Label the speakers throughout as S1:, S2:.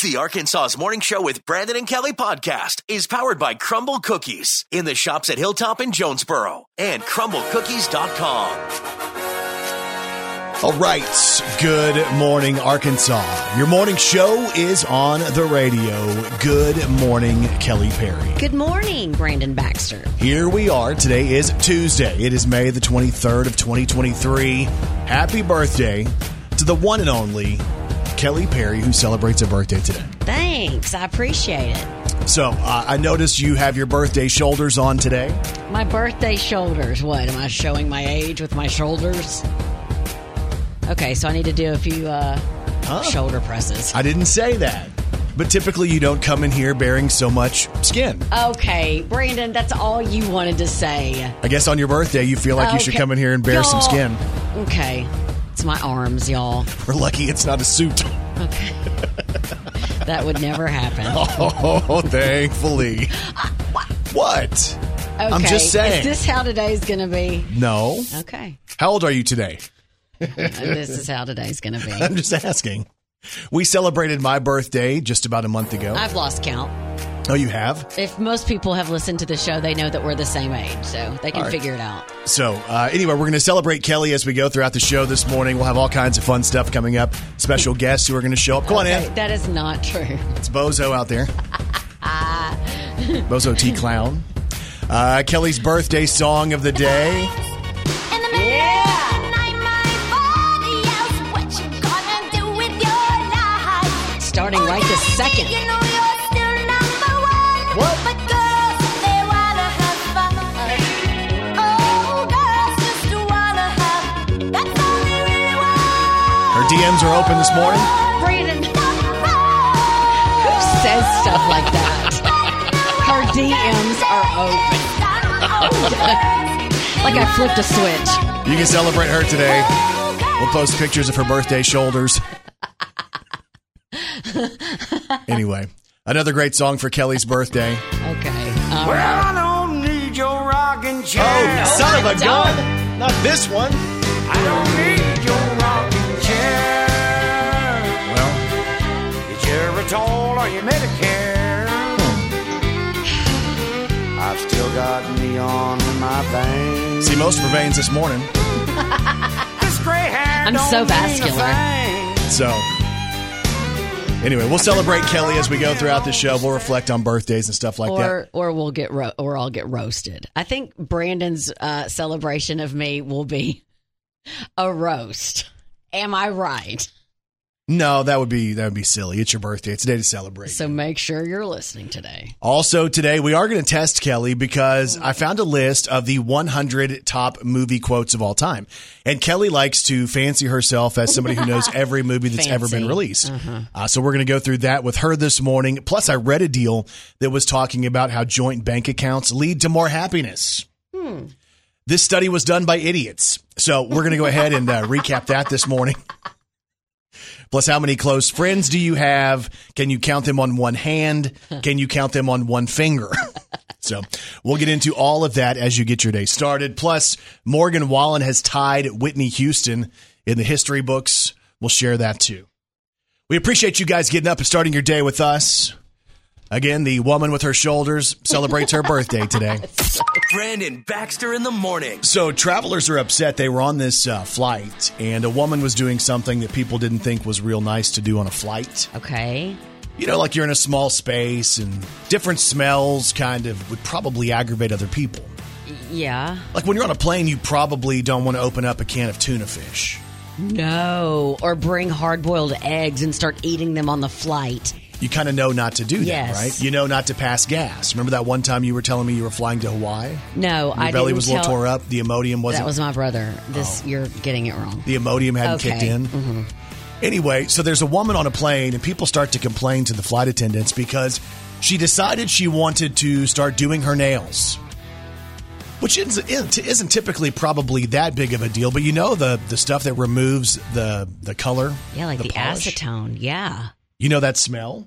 S1: The Arkansas's Morning Show with Brandon and Kelly podcast is powered by Crumble Cookies in the shops at Hilltop and Jonesboro and crumblecookies.com.
S2: All right. Good morning, Arkansas. Your morning show is on the radio. Good morning, Kelly Perry.
S3: Good morning, Brandon Baxter.
S2: Here we are. Today is Tuesday. It is May the 23rd of 2023. Happy birthday to the one and only Kelly Perry, who celebrates a birthday today.
S3: Thanks, I appreciate it.
S2: So uh, I noticed you have your birthday shoulders on today.
S3: My birthday shoulders. What am I showing my age with my shoulders? Okay, so I need to do a few uh,
S2: Huh?
S3: shoulder presses.
S2: I didn't say that, but typically you don't come in here bearing so much skin.
S3: Okay, Brandon, that's all you wanted to say.
S2: I guess on your birthday you feel like you should
S3: Oh, Okay.
S2: come in here and bear some skin.
S3: Y'all- Okay, it's my arms, y'all.
S2: We're lucky it's not a suit.
S3: Okay, that would never happen.
S2: Oh, thankfully. What?
S3: Okay,
S2: I'm just saying.
S3: Is this how today's going to be?
S2: no.
S3: Okay,
S2: How old are you today?
S3: this is how today's going to be.
S2: I'm just asking. We celebrated my birthday just about a month ago.
S3: I've lost count.
S2: oh, you have?
S3: If most people have listened to the show, they know that we're the same age, so they can
S2: All right.
S3: figure it out.
S2: So, uh, anyway, we're going to celebrate Kelly as we go throughout the show this morning. We'll have all kinds of fun stuff coming up. Special guests who are going to show up. Come on
S3: Okay,
S2: in.
S3: That is not true.
S2: It's Bozo out there. Bozo T Clown. Uh, Kelly's birthday song of the day.
S4: In the middle of the night, my body yells, What you gonna do with your life?
S3: Starting right this
S4: Daddy,
S3: second.
S4: You know you're still number one.
S2: What?
S4: But girls, they wanna have fun. Oh, girls just wanna have. That's all they really want.
S2: Her DMs are open this morning.
S3: Brandon, who says stuff like that? Her DMs are open. Like I flipped a switch.
S2: You can celebrate her today. We'll post pictures of her birthday shoulders. anyway, another great song for Kelly's birthday.
S3: Okay. Um,
S5: Well, I don't need your rocking chair.
S2: Oh,
S3: oh
S2: son
S3: of a gun.
S2: Not this one.
S5: I don't need your rocking chair.
S2: Well,
S5: Your Geritol or your Medicare. I've still got neon in my veins.
S2: see most of her veins this morning.
S5: This gray hair
S3: I'm
S5: don't
S3: so
S5: mean a
S3: vascular.
S5: thing.
S2: So, anyway, we'll celebrate Kelly as we go throughout the show. We'll reflect on birthdays and stuff like that.
S3: or or we'll get ro- or I'll get roasted. I think Brandon's uh, celebration of me will be a roast. Am I right?
S2: No, that would be that would be silly. It's your birthday. It's a day to celebrate.
S3: So make sure you're listening today.
S2: Also, today we are going to test Kelly because I found a list of the 100 top movie quotes of all time. And Kelly likes to fancy herself as somebody who knows every movie that's ever been
S3: Fancy.
S2: released. Uh, so we're going to go through that with her this morning. Plus, I read a deal that was talking about how joint bank accounts lead to more happiness. This study was done by idiots. So we're going to go ahead and uh, recap that this morning. Plus, how many close friends do you have? Can you count them on one hand? Can you count them on one finger? so, we'll get into all of that as you get your day started. Plus, Morgan Wallen has tied Whitney Houston in the history books. We'll share that too. We appreciate you guys getting up and starting your day with us. Again, the woman with her shoulders celebrates her birthday today.
S1: Brandon Baxter in the morning.
S2: So travelers are upset. They were on this uh, flight, and a woman was doing something that people didn't think was real nice to do on a flight.
S3: Okay.
S2: You know, like you're in a small space, and different smells kind of would probably aggravate other people.
S3: Yeah.
S2: Like when you're on a plane, you probably don't want to open up a can of tuna fish.
S3: No. Or bring hard boiled eggs and start eating them on the flight.
S2: You kind of know not to do that,
S3: Yes.
S2: right? You know not to pass gas. Remember that one time you were telling me you were flying to Hawaii? Your
S3: No, I
S2: belly
S3: didn't
S2: was a
S3: tell,
S2: little tore up. The Imodium wasn't Oh.
S3: That was my brother. This you're getting it wrong.
S2: the Imodium hadn't
S3: Okay. Mm-hmm.
S2: kicked in. Anyway, so there's a woman on a plane, and people start to complain to the flight attendants because she decided she wanted to start doing her nails, which isn't, isn't typically probably that big of a deal. But you know the the stuff that removes the the color,
S3: Yeah, like the,
S2: polish?
S3: acetone. Yeah.
S2: You know that smell?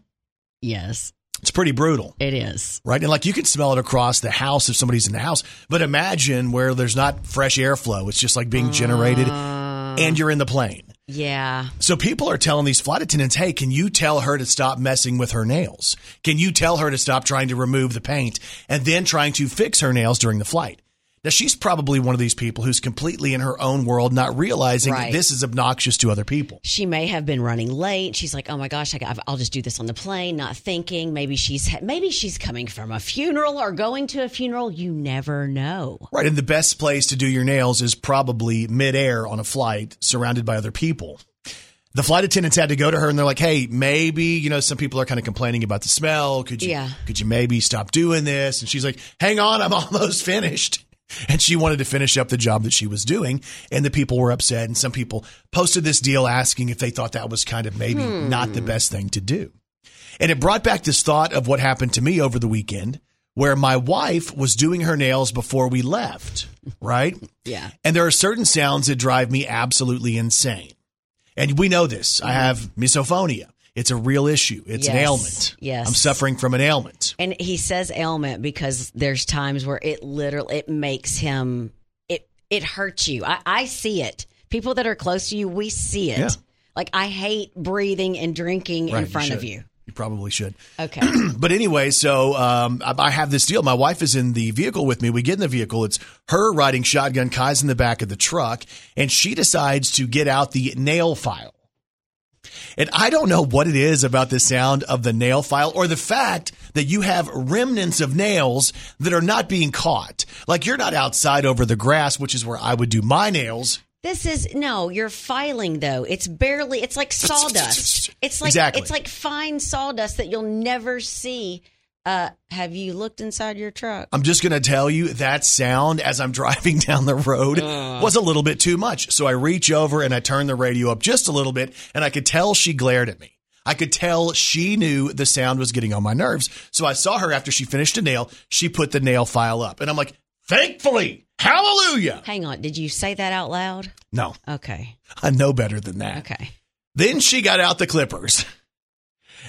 S3: Yes,
S2: It's pretty brutal.
S3: it is.
S2: Right. And like you can smell it across the house if somebody's in the house. But
S3: Ah.
S2: imagine where there's not fresh airflow. It's just like being generated and you're in the plane.
S3: Yeah.
S2: So people are telling these flight attendants, hey, can you tell her to stop messing with her nails? Can you tell her to stop trying to remove the paint and then trying to fix her nails during the flight? Now, she's probably one of these people who's completely in her own world, not realizing
S3: Right.
S2: this is obnoxious to other people.
S3: She may have been running late. She's like, "Oh my gosh, I got, I'll just do this on the plane," not thinking. Maybe she's maybe she's coming from a funeral or going to a funeral. You never know.
S2: Right. And the best place to do your nails is probably midair on a flight surrounded by other people. The flight attendants had to go to her and they're like, Hey, maybe, you know, some people are kind of complaining about the smell. Could you,
S3: Yeah.
S2: could you maybe stop doing this? And she's like, hang on, I'm almost finished. And she wanted to finish up the job that she was doing. And the people were upset. And some people posted this deal asking if they thought that was kind of maybe not the best thing to do. And it brought back this thought of what happened to me over the weekend where my wife was doing her nails before we left, right?
S3: Yeah.
S2: And there are certain sounds that drive me absolutely insane. And we know this. I have misophonia. It's a real issue. It's an
S3: Mm-hmm. Yes.
S2: ailment.
S3: Yes.
S2: I'm suffering from an ailment.
S3: And he says ailment because there's times where it literally it makes him it it hurts you. I, I see it. People that are close to you, we see it.
S2: Yeah.
S3: Like I hate breathing and drinking
S2: Right,
S3: in front of
S2: should.
S3: you.
S2: You probably should.
S3: Okay.
S2: but anyway, so um, I, I have this deal. My wife is in the vehicle with me. We get in the vehicle. It's her riding shotgun. Kai's in the back of the truck, and she decides to get out the nail file. And I don't know what it is about the sound of the nail file or the fact that you have remnants of nails that are not being caught. Like you're not outside over the grass, which is where I would do my nails.
S3: this is no, you're filing though. It's barely it's like sawdust. It's like
S2: Exactly.
S3: it's like fine sawdust that you'll never see. Uh have you looked inside your truck?
S2: I'm just going to tell you that sound as I'm driving down the road was a little bit too much. So I reach over and I turn the radio up just a little bit and I could tell she glared at me. I could tell she knew the sound was getting on my nerves. So I saw her after she finished a nail. She put the nail file up and I'm like, thankfully, hallelujah.
S3: Hang on, did you say that out loud?
S2: No,
S3: Okay.
S2: I know better than that.
S3: Okay.
S2: Then she got out the clippers.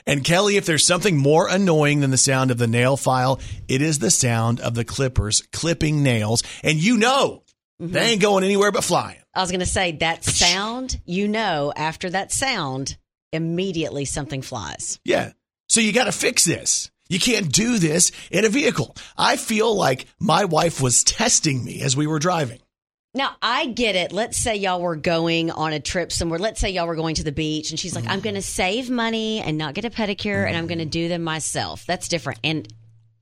S2: And Kelly, if there's something more annoying than the sound of the nail file, it is the sound of the clippers clipping nails. And you know, they ain't going anywhere but flying.
S3: I was going to say that sound, you know, after that sound, immediately something flies.
S2: Yeah. So you got to fix this. You can't do this in a vehicle. I feel like my wife was testing me as we were driving.
S3: Now, I get it. Let's say y'all were going on a trip somewhere. Let's say y'all were going to the beach and she's like,
S2: Mm-hmm.
S3: I'm going to save money and not get a pedicure and I'm going to do them myself. That's different. And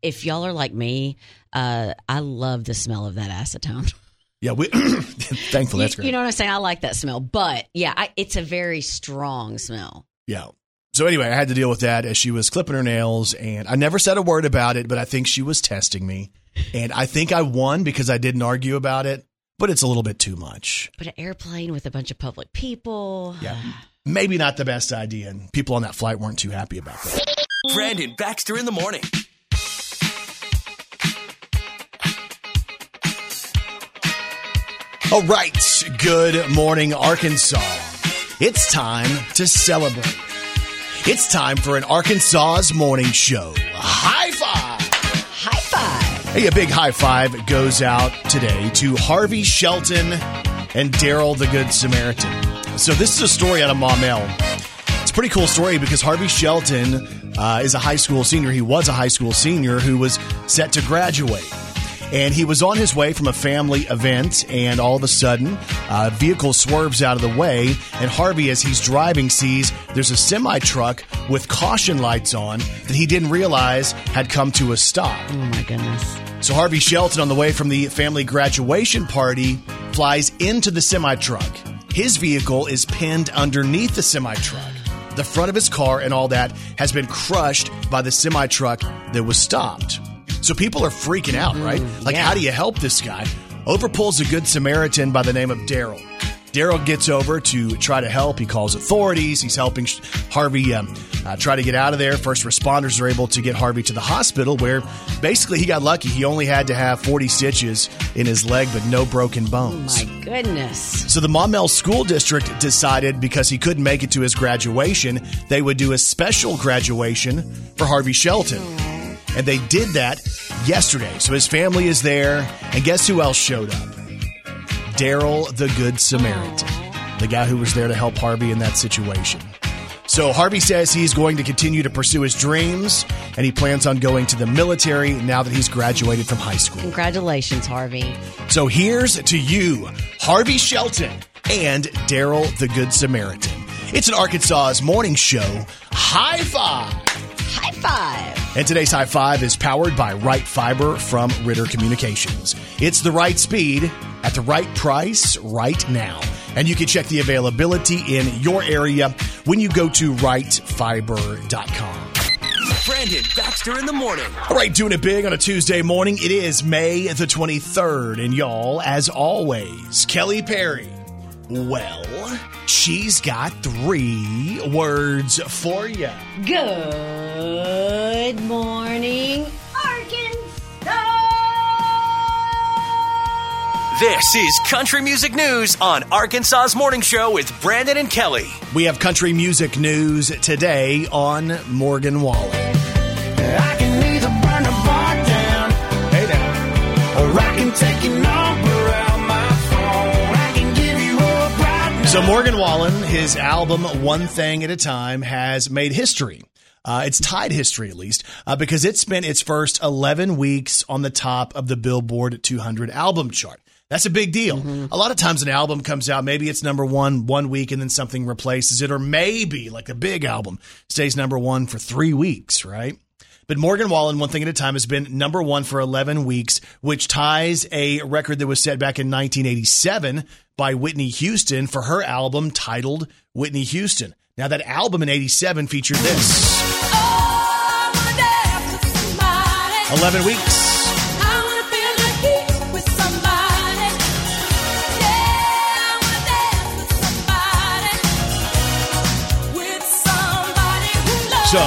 S3: if y'all are like me, uh, I love the smell of that acetone.
S2: Yeah. We, thankfully, that's
S3: You-
S2: great.
S3: you know what I'm saying? I like that smell. But yeah, I, it's a very strong smell.
S2: Yeah. So anyway, I had to deal with that as she was clipping her nails and I never said a word about it, but I think she was testing me. And I think I won because I didn't argue about it, but it's a little bit too much.
S3: But an airplane with a bunch of public people.
S2: Yeah. Maybe not the best idea and people on that flight weren't too happy about that.
S1: Brandon Baxter in the morning.
S2: All right. Good morning, Arkansas. It's time to celebrate. It's time for an Arkansas's morning show. High five.
S3: High five.
S2: Hey, a big high five goes out today to Harvey Shelton and Daryl the Good Samaritan. So, this is a story out of Maumelle. It's a pretty cool story because Harvey Shelton uh, is a high school senior. He was a high school senior who was set to graduate. And he was on his way from a family event, and all of a sudden, uh, a vehicle swerves out of the way. And Harvey, as he's driving, sees there's a semi truck with caution lights on that he didn't realize had come to a stop.
S3: Oh my goodness.
S2: So Harvey Shelton, on the way from the family graduation party, flies into the semi truck. His vehicle is pinned underneath the semi truck. The front of his car and all that has been crushed by the semi truck that was stopped. So people are freaking out, right? Like, how do you help this guy? Over pulls a good Samaritan by the name of Daryl. Daryl gets over to try to help. He calls authorities. He's helping Sh- Harvey um, uh, try to get out of there. First responders are able to get Harvey to the hospital, where basically he got lucky. He only had to have 40 stitches in his leg, but no broken bones.
S3: My goodness.
S2: So the Maumelle School District decided because he couldn't make it to his graduation, they would do a special graduation for Harvey Shelton. And they did that yesterday. So his family is there. And guess who else showed up? Daryl the Good Samaritan. the guy who was there to help Harvey in that situation. So Harvey says he's going to continue to pursue his dreams and he plans on going to the military now that he's graduated from high school.
S3: Congratulations, Harvey.
S2: So here's to you, Harvey Shelton and Daryl the Good Samaritan. It's an Arkansas's morning show. High five!
S3: High five.
S2: And today's high five is powered by Right Fiber from Ritter Communications. It's the right speed at the right price right now. And you can check the availability in your area when you go to rightfiber.com.
S1: Brandon Baxter in the morning.
S2: All right, doing it big on a Tuesday morning. It is May the 23rd. And y'all, as always, Kelly Perry. Well, she's got three words for you.
S3: Good morning.
S1: This is Country Music News on Arkansas's Morning Show with Brandon and Kelly.
S2: We have country music news today on Morgan Wallen.
S5: I can either burn the bar down, hey now, or I can take your number out my phone. I can give you up right now.
S2: So Morgan Wallen, his album One Thing at a Time has made history. Uh, it's tied history, at least, uh, because it spent its first 11 weeks on the top of the Billboard 200 album chart. That's a big deal. A lot of times an album comes out, maybe it's number one one week and then something replaces it, or maybe like a big album stays number one for three weeks, right? But Morgan Wallen, One Thing at a Time, has been number one for 11 weeks, which ties a record that was set back in 1987 by Whitney Houston for her album titled Whitney Houston. Now, that album in 87 featured this
S4: I
S2: 11 weeks.
S4: wanna feel the heat with somebody. Yeah, I wanna dance with somebody. With somebody who loves
S2: So,
S4: me.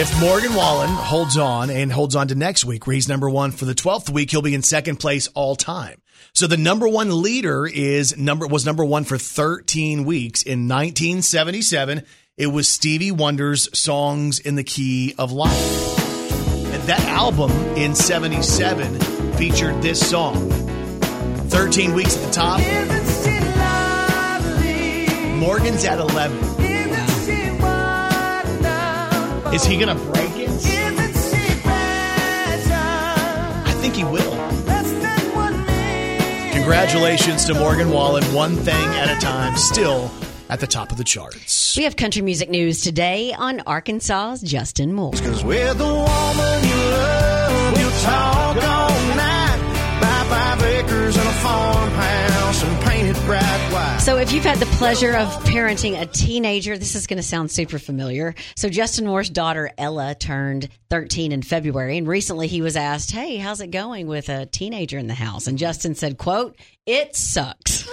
S2: if Morgan Wallen holds on and holds on to next week, where he's number one for the twelfth week, he'll be in second place all time. So the number one leader is number was number one for thirteen weeks in 1977. It was Stevie Wonder's "Songs in the Key of Life." And that album in '77 featured this song. Thirteen weeks at the top. Morgan's at eleven. Is he gonna break it? I think he will. Congratulations to Morgan Wallen, one thing at a time, still at the top of the charts.
S3: We have country music news today on Arkansas's Justin Moore.
S5: Cause with the woman you love, you'll talk all night. Buy five acres and a farmhouse and paint it bright white.
S3: So, if you've had the pleasure of parenting a teenager, this is going to sound super familiar. So, Justin Moore's daughter Ella turned 13 in February, and recently he was asked, "Hey, how's it going with a teenager in the house?" And Justin said, "Quote, it sucks.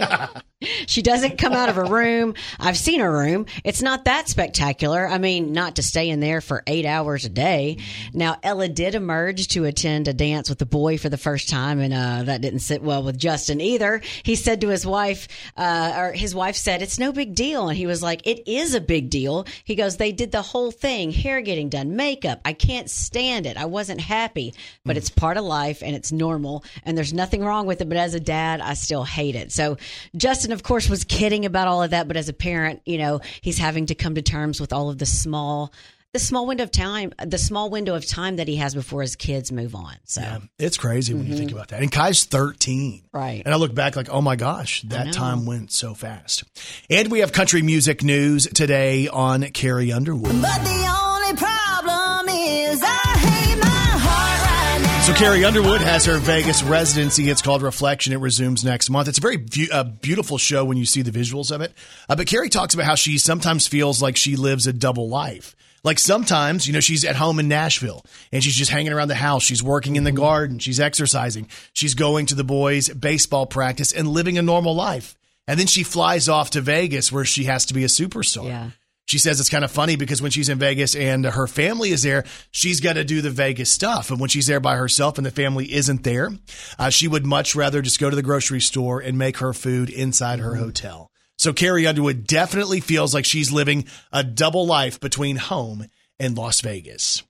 S3: she doesn't come out of her room. I've seen her room. It's not that spectacular. I mean, not to stay in there for 8 hours a day." Now, Ella did emerge to attend a dance with the boy for the first time, and uh, that didn't sit well with Justin either. He said to his wife, uh, or his wife said, "It's no big deal," and he was like, "It is a big deal." He goes, "They did the whole thing: hair getting done, makeup. I can't stand it. I wasn't happy, but it's part of life and it's normal, and there's nothing wrong with it. But as a dad, I still hate it." So Justin, of course, was kidding about all of that, but as a parent, you know, he's having to come to terms with all of the small. The small window of time, the small window of time that he has before his kids move on. So,
S2: It's crazy when you
S5: Mm-hmm.
S2: think about that. And Kai's 13.
S3: Right.
S2: And I look back like, oh my gosh, that time went so fast. And we have country music news today on Carrie Underwood.
S4: But the only problem is I hate my heart right now.
S2: So Carrie Underwood has her Vegas residency. It's called Reflection. It resumes next month. It's a very bu- uh, beautiful show when you see the visuals of it. Uh, but Carrie talks about how she sometimes feels like she lives a double life. Like sometimes, you know, she's at home in Nashville and she's just hanging around the house. She's working in the garden. She's exercising. She's going to the boys' baseball practice and living a normal life. And then she flies off to Vegas where she has to be a superstar.
S3: Yeah.
S2: She says it's kind of funny because when she's in Vegas and her family is there, she's got to do the Vegas stuff. And when she's there by herself and the family isn't there, uh, she would much rather just go to the grocery store and make her food inside her hotel. So Carrie Underwood definitely feels like she's living a double life between home and Las Vegas.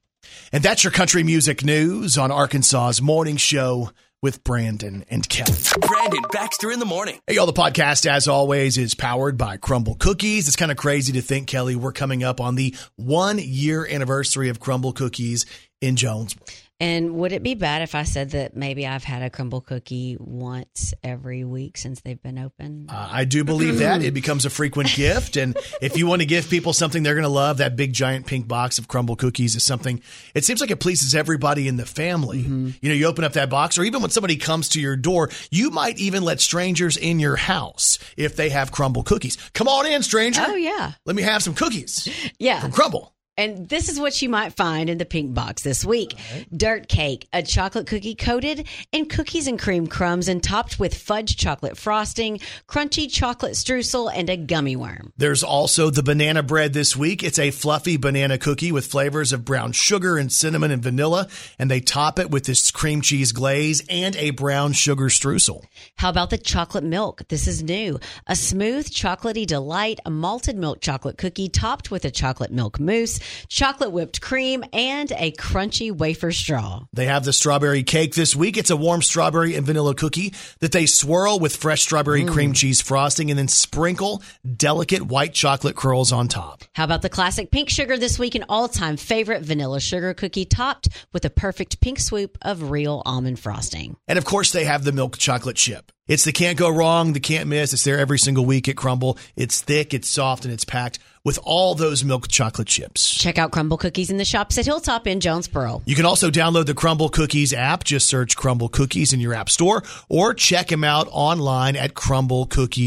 S2: And that's your country music news on Arkansas's morning show. with Brandon and Kelly.
S1: Brandon Baxter in the morning.
S2: Hey, y'all, the podcast, as always, is powered by Crumble Cookies. It's kind of crazy to think, Kelly, we're coming up on the one year anniversary of Crumble Cookies in Jones.
S3: And would it be bad if I said that maybe I've had a crumble cookie once every week since they've been open?
S2: Uh, I do believe that. It becomes a frequent gift. And if you want to give people something they're going to love, that big giant pink box of Crumble Cookies is something, it seems like it pleases everybody in the family.
S3: Mm-hmm.
S2: You know, you open up that box, or even when somebody comes to your door, you might even let strangers in your house if they have Crumble Cookies. Come on in, stranger.
S3: Oh, yeah.
S2: Let me have some cookies
S3: Yeah.
S2: from Crumble.
S3: And this is what you might find in the pink box this week dirt cake, a chocolate cookie coated in cookies and cream crumbs and topped with fudge chocolate frosting, crunchy chocolate streusel, and a gummy worm.
S2: There's also the banana bread this week. It's a fluffy banana cookie with flavors of brown sugar and cinnamon and vanilla, and they top it with this cream cheese glaze and a brown sugar streusel.
S3: How about the chocolate milk? This is new. A smooth, chocolatey delight, a malted milk chocolate cookie topped with a chocolate milk mousse, chocolate whipped cream, and a crunchy wafer straw.
S2: They have the strawberry cake this week. It's a warm strawberry and vanilla cookie that they swirl with fresh strawberry cream cheese frosting and then sprinkle delicate white chocolate curls on top.
S3: How about the classic pink sugar this week? An all time favorite vanilla sugar cookie topped with a perfect pink swoop of real almond frosting.
S2: And of course, they have the milk chocolate chip. It's the can't go wrong, the can't miss. It's there every single week at Crumble. It's thick, it's soft, and it's packed with all those milk chocolate chips.
S3: Check out Crumble Cookies in the shops at Hilltop in Jonesboro.
S2: You can also download the Crumble Cookies app. Just search Crumble Cookies in your app store or check them out online at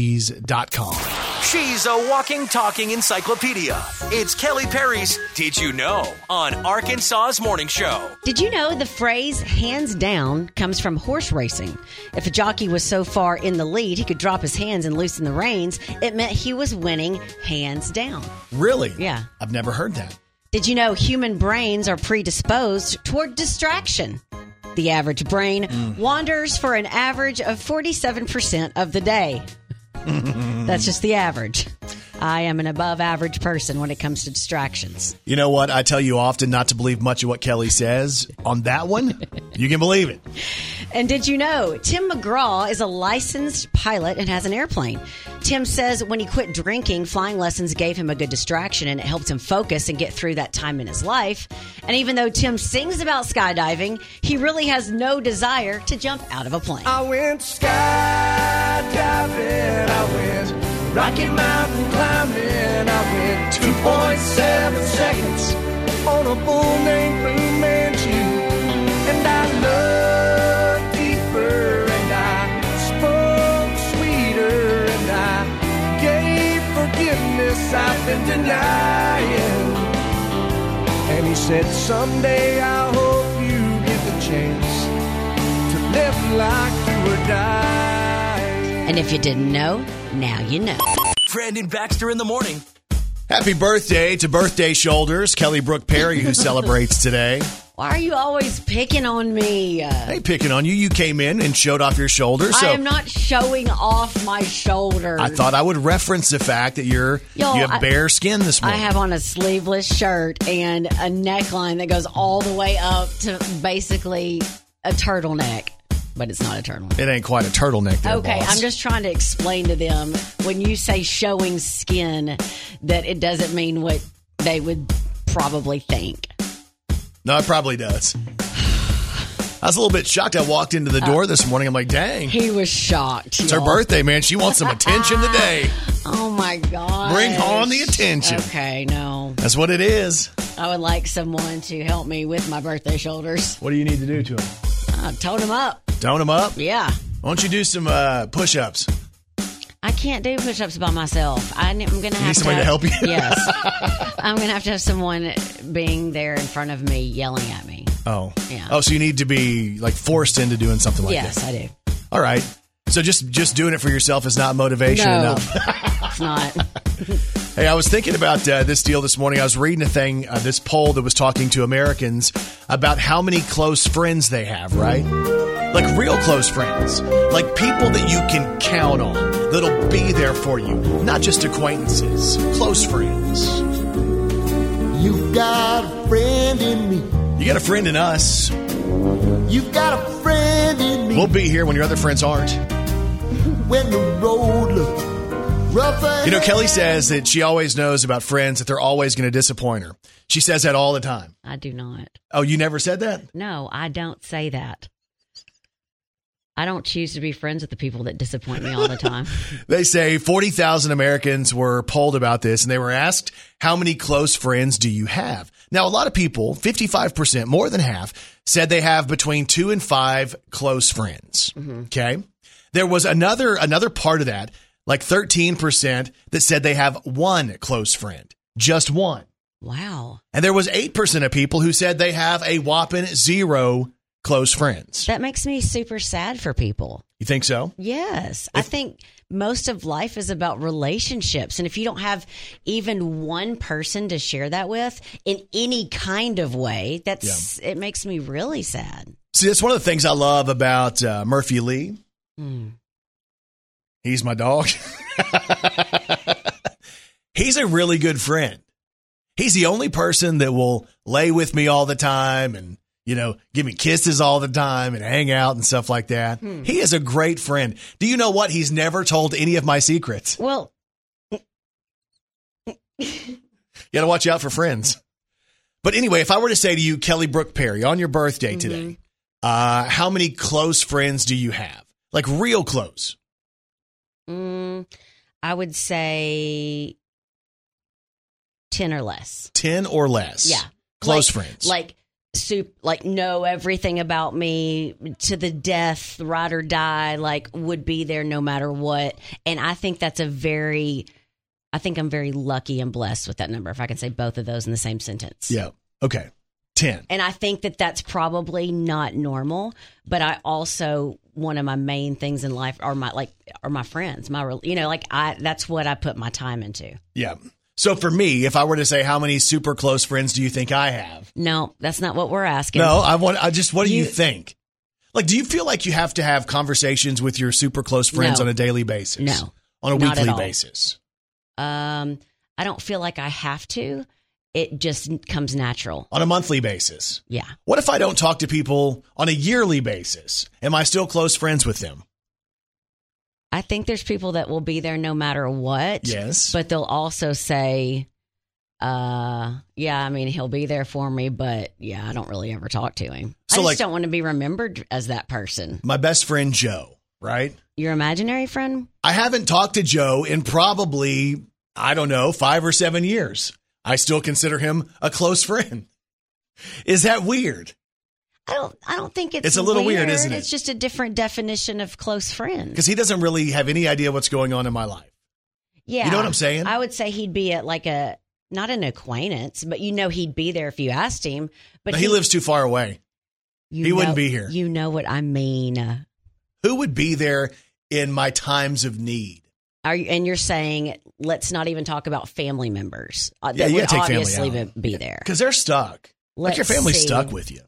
S2: crumblecookies.com.
S1: She's a walking, talking encyclopedia. It's Kelly Perry's Did You Know on Arkansas's Morning Show.
S3: Did you know the phrase hands down comes from horse racing? If a jockey was so far in the lead he could drop his hands and loosen the reins, it meant he was winning hands down.
S2: Really?
S3: Yeah.
S2: I've never heard that.
S3: Did you know human brains are predisposed toward distraction? The average brain wanders for an average of 47% of the day. That's just the average. I am an above average person when it comes to distractions.
S2: You know what? I tell you often not to believe much of what Kelly says. On that one, you can believe it.
S3: And did you know Tim McGraw is a licensed pilot and has an airplane? Tim says when he quit drinking, flying lessons gave him a good distraction and it helped him focus and get through that time in his life. And even though Tim sings about skydiving, he really has no desire to jump out of a plane.
S5: I went skydiving, I went Rocky Mountain climbing, I went 2.7 seconds on a bull named Blue Manchu. And I looked deeper, and I spoke sweeter, and I gave forgiveness I've been denying. And he said, Someday I hope you get the chance to live like you were dying.
S3: And if you didn't know, now you know.
S1: Brandon Baxter in the morning.
S2: Happy birthday to Birthday Shoulders, Kelly Brooke Perry, who celebrates today.
S3: Why are you always picking on me? Uh,
S2: I ain't picking on you. You came in and showed off your shoulders. So
S3: I am not showing off my shoulders.
S2: I thought I would reference the fact that you're
S3: Yo,
S2: you have
S3: I-
S2: bare skin this
S3: I
S2: morning.
S3: have on a sleeveless shirt and a neckline that goes all the way up to basically a turtleneck, but it's not a turtleneck.
S2: it ain't quite a turtleneck there,
S3: Okay,
S2: boss.
S3: I'm just trying to explain to them when you say showing skin that it doesn't mean what they would probably think.
S2: No, it probably does. I was a little bit shocked. I walked into the door this morning. I'm like, dang,
S3: Uh, He was shocked.
S2: it's her birthday, man. She wants some attention today.
S3: Oh my god.
S2: Bring on the attention.
S3: Okay, no.
S2: That's what it is.
S3: I would like someone to help me with my birthday shoulders.
S2: What do you need to do to him?
S3: I toned them up.
S2: Tone him up.
S3: Yeah.
S2: Why don't you do some uh, push-ups?
S3: I can't do push-ups by myself. I, am gonna have
S2: somebody to help you?
S3: Yes, I'm gonna have to have someone being there in front of me yelling at me.
S2: Oh,
S3: Yeah.
S2: Oh, so you need to be like forced into doing something like
S3: yes,
S2: this.
S3: I do.
S2: All right. So just just doing it for yourself is not motivation
S3: No,
S2: enough.
S3: it's not.
S2: Hey, I was thinking about uh, this deal this morning. I was reading a thing, uh, this poll that was talking to Americans about how many close friends they have, right? Like real close friends, like people that you can count on, that'll be there for you, not just acquaintances, close friends.
S6: You got a friend in me.
S2: You got a friend in us.
S5: You got a friend in me
S2: We'll be here when your other friends aren't.
S5: when the road looks rough. ahead.
S2: You know, Kelly says that she always knows about friends that they're always going to disappoint her. She says that all the time.
S3: I do not.
S2: Oh, you never said that?
S3: No, I don't say that. I don't choose to be friends with the people that disappoint me all the time.
S2: They say 40,000 Americans were polled about this and they were asked, How many close friends do you have? Now, a lot of people, 55%, more than half, said they have between two and five close friends. Okay. There was another, another part of that, like 13%, that said they have one close friend, just one.
S3: wow.
S2: And there was 8% of people who said they have a whopping zero close friends.
S3: That makes me super sad for people.
S2: You think so?
S3: Yes. I think most of life is about relationships. And if you don't have even one person to share that with in any kind of way, that's it makes me really sad.
S2: See, that's one of the things I love about uh, Murphy Lee. He's my dog. He's a really good friend. He's the only person that will lay with me all the time and, you know, give me kisses all the time and hang out and stuff like that. He is a great friend. Do you know what? He's never told any of my secrets.
S3: Well,
S2: You got to watch out for friends. But anyway, if I were to say to you, Kelly Brook Perry, on your birthday
S3: Mm-hmm.
S2: today, uh, how many close friends do you have? Like real close?
S3: mm, I would say 10 or less.
S2: 10 or less.
S3: Yeah.
S2: Close
S3: Like-
S2: friends.
S3: Like soup like know everything about me to the death, ride or die, like would be there no matter what. And I think that's a very I think I'm very lucky and blessed with that number if I can say both of those in the same sentence.
S2: yeah. Okay. 10.
S3: And I think that that's probably not normal, but I also one of my main things in life are my like are my friends, my rel- you know, like I that's what I put my time into.
S2: Yeah. So for me, if I were to say how many super close friends do you think I have?
S3: No, that's not what we're asking.
S2: No, I want I just what do you,
S3: You-
S2: think? Like do you feel like you have to have conversations with your super close friends
S3: No.
S2: on a daily basis?
S3: No.
S2: On a
S3: Not at
S2: weekly
S3: all.
S2: basis.
S3: Um, I don't feel like I have to. It just comes natural.
S2: On a monthly basis.
S3: Yeah.
S2: What if I don't talk to people on a yearly basis? Am I still close friends with them?
S3: I think there's people that will be there no matter what.
S2: Yes.
S3: But they'll also say, uh, yeah, I mean, he'll be there for me, but yeah, I don't really ever talk to him.
S2: So,
S3: I just
S2: like-
S3: don't want to be remembered as that person.
S2: My best friend Joe, right?
S3: Your imaginary friend?
S2: I haven't talked to Joe in probably, I don't know, five or seven years. I still consider him a close friend. Is that weird?
S3: I don't I don't think it's
S2: It's a little weird, isn't it?
S3: It's just a different definition of close friends.
S2: Because he doesn't really have any idea what's going on in my life.
S3: Yeah.
S2: know what I'm saying?
S3: I would say he'd be at like a not an acquaintance, but you know he'd be there if you asked him. But
S2: But he, lives too far away.
S3: you
S2: he wouldn't
S3: know-
S2: be here.
S3: You know what I mean?
S2: Who would be there in my times of need?
S3: Are you, and you're saying let's not even talk about family members uh,
S2: Yeah,
S3: that
S2: you
S3: would
S2: gotta take family
S3: obviously
S2: out.
S3: be, be there.
S2: Because they're stuck. like your
S3: Let's
S2: family's
S3: see.
S2: stuck with you.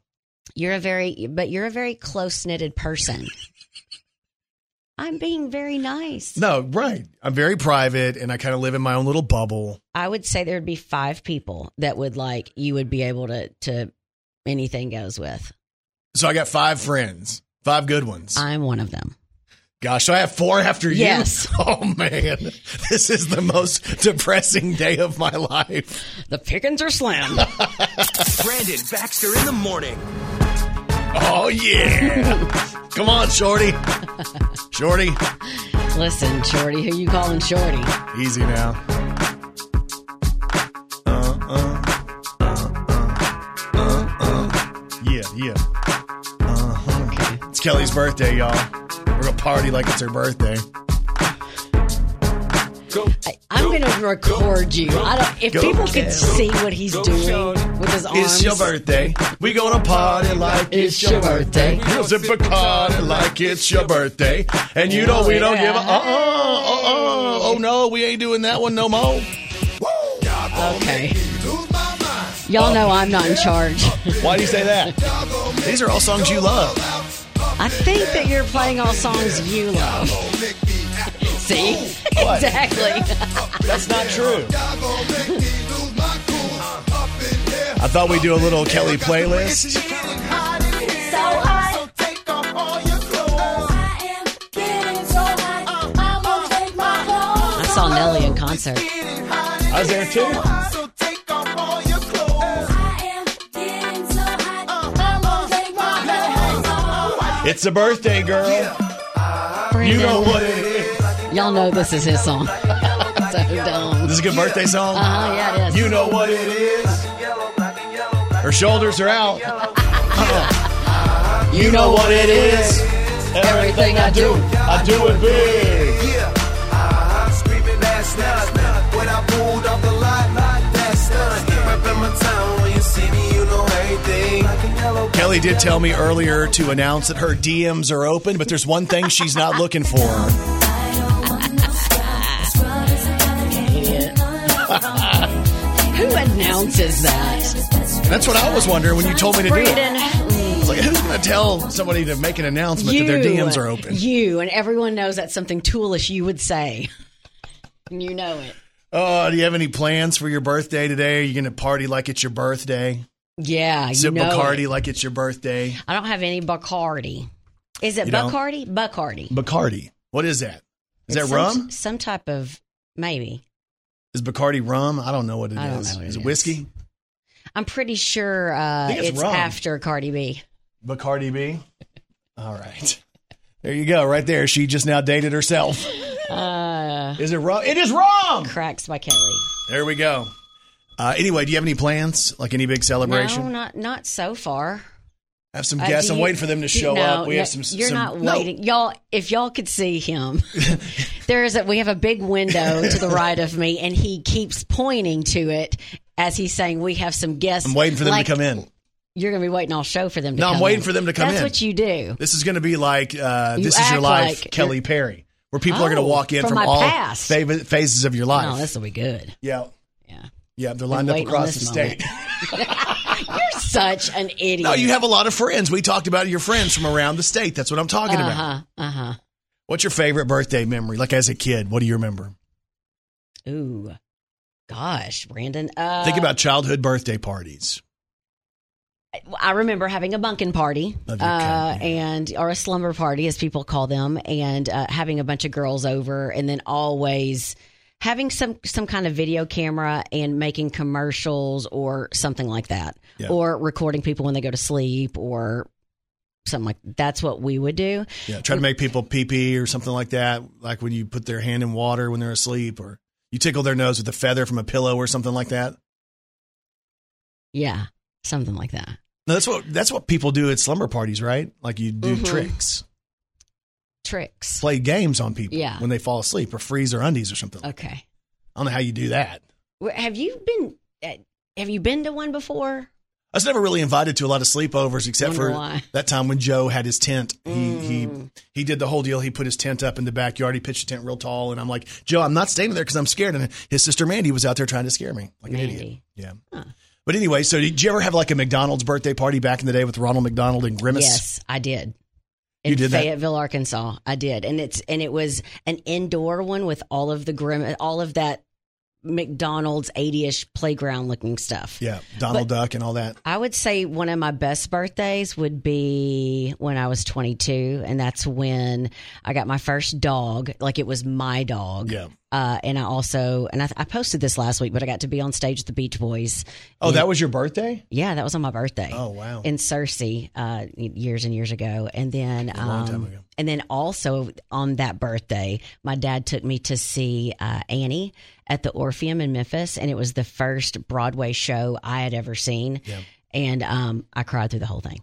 S3: You're a very but you're a very close knitted person. I'm being very nice.
S2: No, right. I'm very private and I kind of live in my own little bubble.
S3: I would say there would be five people that would like you would be able to to anything goes with.
S2: So I got five friends, five good ones.
S3: I'm one of them.
S2: Gosh, so I have four after you.
S3: Yes.
S2: Oh man, this is the most depressing day of my life.
S3: The pickings are slim.
S1: Brandon Baxter in the morning.
S2: Oh yeah. Come on, Shorty. Shorty,
S3: Listen, Shorty, who you calling Shorty?
S2: easy now. Uh, uh, uh, uh, uh, uh. Yeah, yeah. Uh-huh. It's Kelly's birthday, y'all. We're gonna party like it's her birthday.
S3: I, I'm going to record you. I don't. If
S2: Go,
S3: people could
S2: Kelly.
S3: see what he's doing with his arms,
S2: It's your birthday. We gonna party like it's, your birthday. We'll sip a Bacardi like it's your birthday. And you know we don't give a uh uh uh uh. Oh no, we ain't doing that one no more.
S3: okay. Y'all know I'm not in charge.
S2: Why do you say that? These are all songs you love.
S3: I think that you're playing all songs you love. see,
S2: What?
S3: exactly.
S2: That's not true. I thought we'd do a little Kelly playlist.
S3: So hot. saw Nelly in concert.
S2: I was there too.
S5: So take off all your clothes.
S2: It's a birthday girl. You know what it is.
S3: Y'all know this is his song. so dumb.
S2: This is a good birthday song.
S3: Oh, yeah, it is.
S2: You know what it is. Her shoulders are out. Uh-uh. you know what it is. Everything I do, I do it big.
S5: Yeah. I'm screaming that's nothing. When I pulled off the lot, that's nothing. Reppin' my town when you see me, you know everything. Black and yellow,
S2: Kelly did tell me earlier to announce that her DMs are open, but there's one thing she's not looking for.
S3: Who announces that?
S2: That's what I was wondering when you told me to do it.
S3: Brandon.
S2: It's like, who's going to tell somebody to make an announcement
S3: You,
S2: that their DMs are open?
S3: You and everyone knows that's something toolish you would say. And you know it.
S2: Oh, do you have any plans for your birthday today? Are you going to party like it's your birthday?
S3: Yeah,
S2: Sip
S3: you know
S2: Bacardi
S3: it.
S2: like it's your birthday?
S3: I don't have any Bacardi. Is it
S2: You don't?
S3: Bacardi? Bacardi.
S2: Bacardi. What is that? Is that
S3: It's
S2: rum?
S3: Some, some type of maybe.
S2: Is Bacardi rum? I don't know what it is.
S3: I don't know what
S2: is
S3: it
S2: it
S3: is.
S2: whiskey?
S3: I'm pretty sure uh,
S2: think it's
S3: it's,
S2: rum.
S3: after Cardi B.
S2: Bacardi B? All right. There you go, right there. She just now dated herself.
S3: Uh,
S2: Is it rum? It is rum!
S3: cracks by Kelly.
S2: There we go. Uh, anyway, do you have any plans? Like any big celebration?
S3: No, not not so far.
S2: Have some
S3: Uh,
S2: guests.
S3: do
S2: I'm
S3: you-
S2: waiting for them to
S3: do you-
S2: show
S3: no,
S2: up. We
S3: no,
S2: have some.
S3: You're
S2: some-
S3: not
S2: No.
S3: waiting, y'all. If y'all could see him, there is a. We have a big window to the right of me, and he keeps pointing to it as he's saying, "We have some guests."
S2: I'm waiting for them
S3: Like,
S2: to come in.
S3: You're going to be waiting all show for them. to
S2: No,
S3: come
S2: I'm waiting
S3: in.
S2: for them to come
S3: That's
S2: in.
S3: what you do.
S2: This is going to be like uh,
S3: You
S2: this is your
S3: act
S2: life,
S3: like
S2: Kelly Perry, where people are going
S3: Oh,
S2: to walk in
S3: from
S2: from,
S3: my
S2: all
S3: past.
S2: fav- phases of your life.
S3: No, Oh, this will be good.
S2: yeah,
S3: Yeah,
S2: yeah, they're lined up
S3: waiting on
S2: across the
S3: this
S2: state.
S3: you're such an idiot.
S2: no, you have a lot of friends. We talked about your friends from around the state. That's what I'm talking
S3: Uh
S2: about.
S3: huh. Uh huh.
S2: What's your favorite birthday memory? Like as a kid, what do you remember?
S3: Ooh, gosh, Brandon. Uh,
S2: Think about childhood birthday parties.
S3: I remember having a bunkin' party
S2: Of your
S3: uh,
S2: kind, yeah.
S3: and or a slumber party, as people call them, and uh, having a bunch of girls over, and then always having some some kind of video camera and making commercials or something like that,
S2: Yeah.
S3: or recording people when they go to sleep or something like that's what we would do.
S2: Yeah, try to make people pee pee or something like that. Like when you put their hand in water when they're asleep, or you tickle their nose with a feather from a pillow or something like that.
S3: Yeah, something like that.
S2: No, that's what that's what people do at slumber parties, right? Like you do
S3: Mhm.
S2: tricks,
S3: Tricks.
S2: play games on people
S3: Yeah.
S2: when they fall asleep, or freeze their undies or something.
S3: Okay.
S2: I don't know how you do that.
S3: Where- Have you been? uh, Have you been to one before?
S2: I was never really invited to a lot of sleepovers, except
S3: Wonder
S2: for
S3: why. Mm.
S2: that time when Joe had his tent. He he he did the whole deal. He put his tent up in the backyard. He pitched a tent real tall, and I'm like, Joe, I'm not staying there because I'm scared. And his sister Mandy was out there trying to scare me like an idiot.
S3: Mandy.
S2: Yeah. But anyway, so did you ever have like a McDonald's birthday party back in the day with Ronald McDonald and Grimace?
S3: Yes, I did. In
S2: You did that?
S3: Fayetteville, Arkansas. I did. And it's and it was an indoor one with all of the grim all of that McDonald's 80ish playground looking stuff.
S2: Yeah, Donald Duck and all that.
S3: I would say one of my best birthdays would be when I was 22 and that's when I got my first dog, like it was my dog.
S2: Yeah.
S3: Uh, and I also and I, I posted this last week, but I got to be on stage with the Beach Boys.
S2: Oh, that was your birthday?
S3: Yeah, that was on my birthday.
S2: Oh, wow.
S3: In Cersei, uh, years and years ago, and then um,
S2: long time ago.
S3: and then also on that birthday, my dad took me to see uh, Annie at the Orpheum in Memphis, and it was the first Broadway show I had ever seen,
S2: Yeah.
S3: and um, I cried through the whole thing.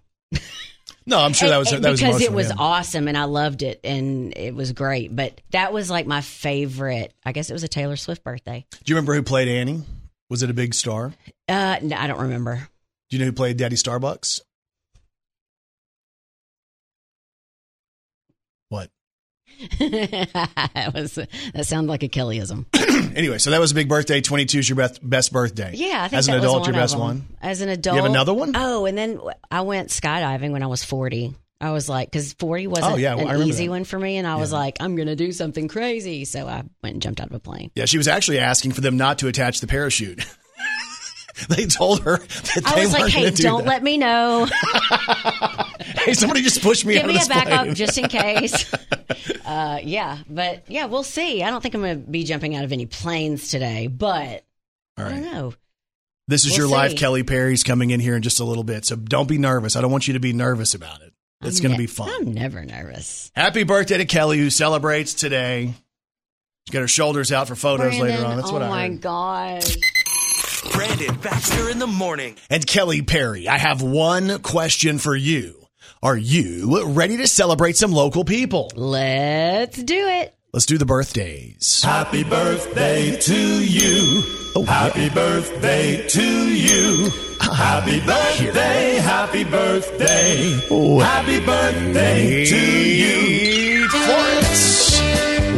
S2: No, I'm sure that was
S3: And-
S2: that
S3: and
S2: was
S3: because it
S2: emotional,
S3: was
S2: yeah.
S3: awesome, and I loved it, and it was great. But that was like my favorite. I guess it was a Taylor Swift birthday.
S2: Do you remember who played Annie? Was it a big star?
S3: Uh, no, I don't remember.
S2: Do you know who played Daddy Starbucks? What?
S3: that was that sounded like a Kellyism.
S2: anyway, so that was a big birthday. 22 is your best, best birthday.
S3: Yeah, I think
S2: As an
S3: that was
S2: adult,
S3: one
S2: your
S3: of
S2: best
S3: them.
S2: one.
S3: As an adult,
S2: another one?
S3: Oh, and then w- I went skydiving when I was forty. I was like, because forty wasn't
S2: Oh, yeah, well, I
S3: an
S2: remember
S3: easy
S2: that.
S3: one for me, and I was like, I'm gonna do something crazy, so I went and jumped out of a plane.
S2: Yeah, she was actually asking for them not to attach the parachute. they told her that
S3: I
S2: they
S3: was like,
S2: weren't
S3: hey,
S2: gonna do
S3: don't
S2: that.
S3: let me know.
S2: plane. Somebody just pushed me
S3: Give
S2: out
S3: me
S2: of
S3: a
S2: this plane.
S3: backup just in case. uh, yeah, but yeah, we'll see. I don't think I'm going to be jumping out of any planes today, but
S2: All
S3: I
S2: right.
S3: don't know.
S2: This is
S3: We'll
S2: your live
S3: see.
S2: Kelly Perry's coming in here in just a little bit. So don't be nervous. I don't want you to be nervous about it. It's
S3: I'm
S2: going to
S3: ne-
S2: be fun.
S3: I'm never nervous.
S2: Happy birthday to Kelly, who celebrates today. She's got her shoulders out for photos later
S3: Brandon,
S2: on. That's
S3: oh
S2: what I
S3: my
S2: heard.
S3: gosh.
S1: Brandon Baxter in the morning.
S2: And Kelly Perry, I have one question for you. Are you ready to celebrate some local people?
S3: Let's do it.
S2: Let's do the birthdays.
S6: Happy birthday to you. happy birthday to you. Happy birthday, happy birthday. Happy birthday to you.
S2: Eat Florence.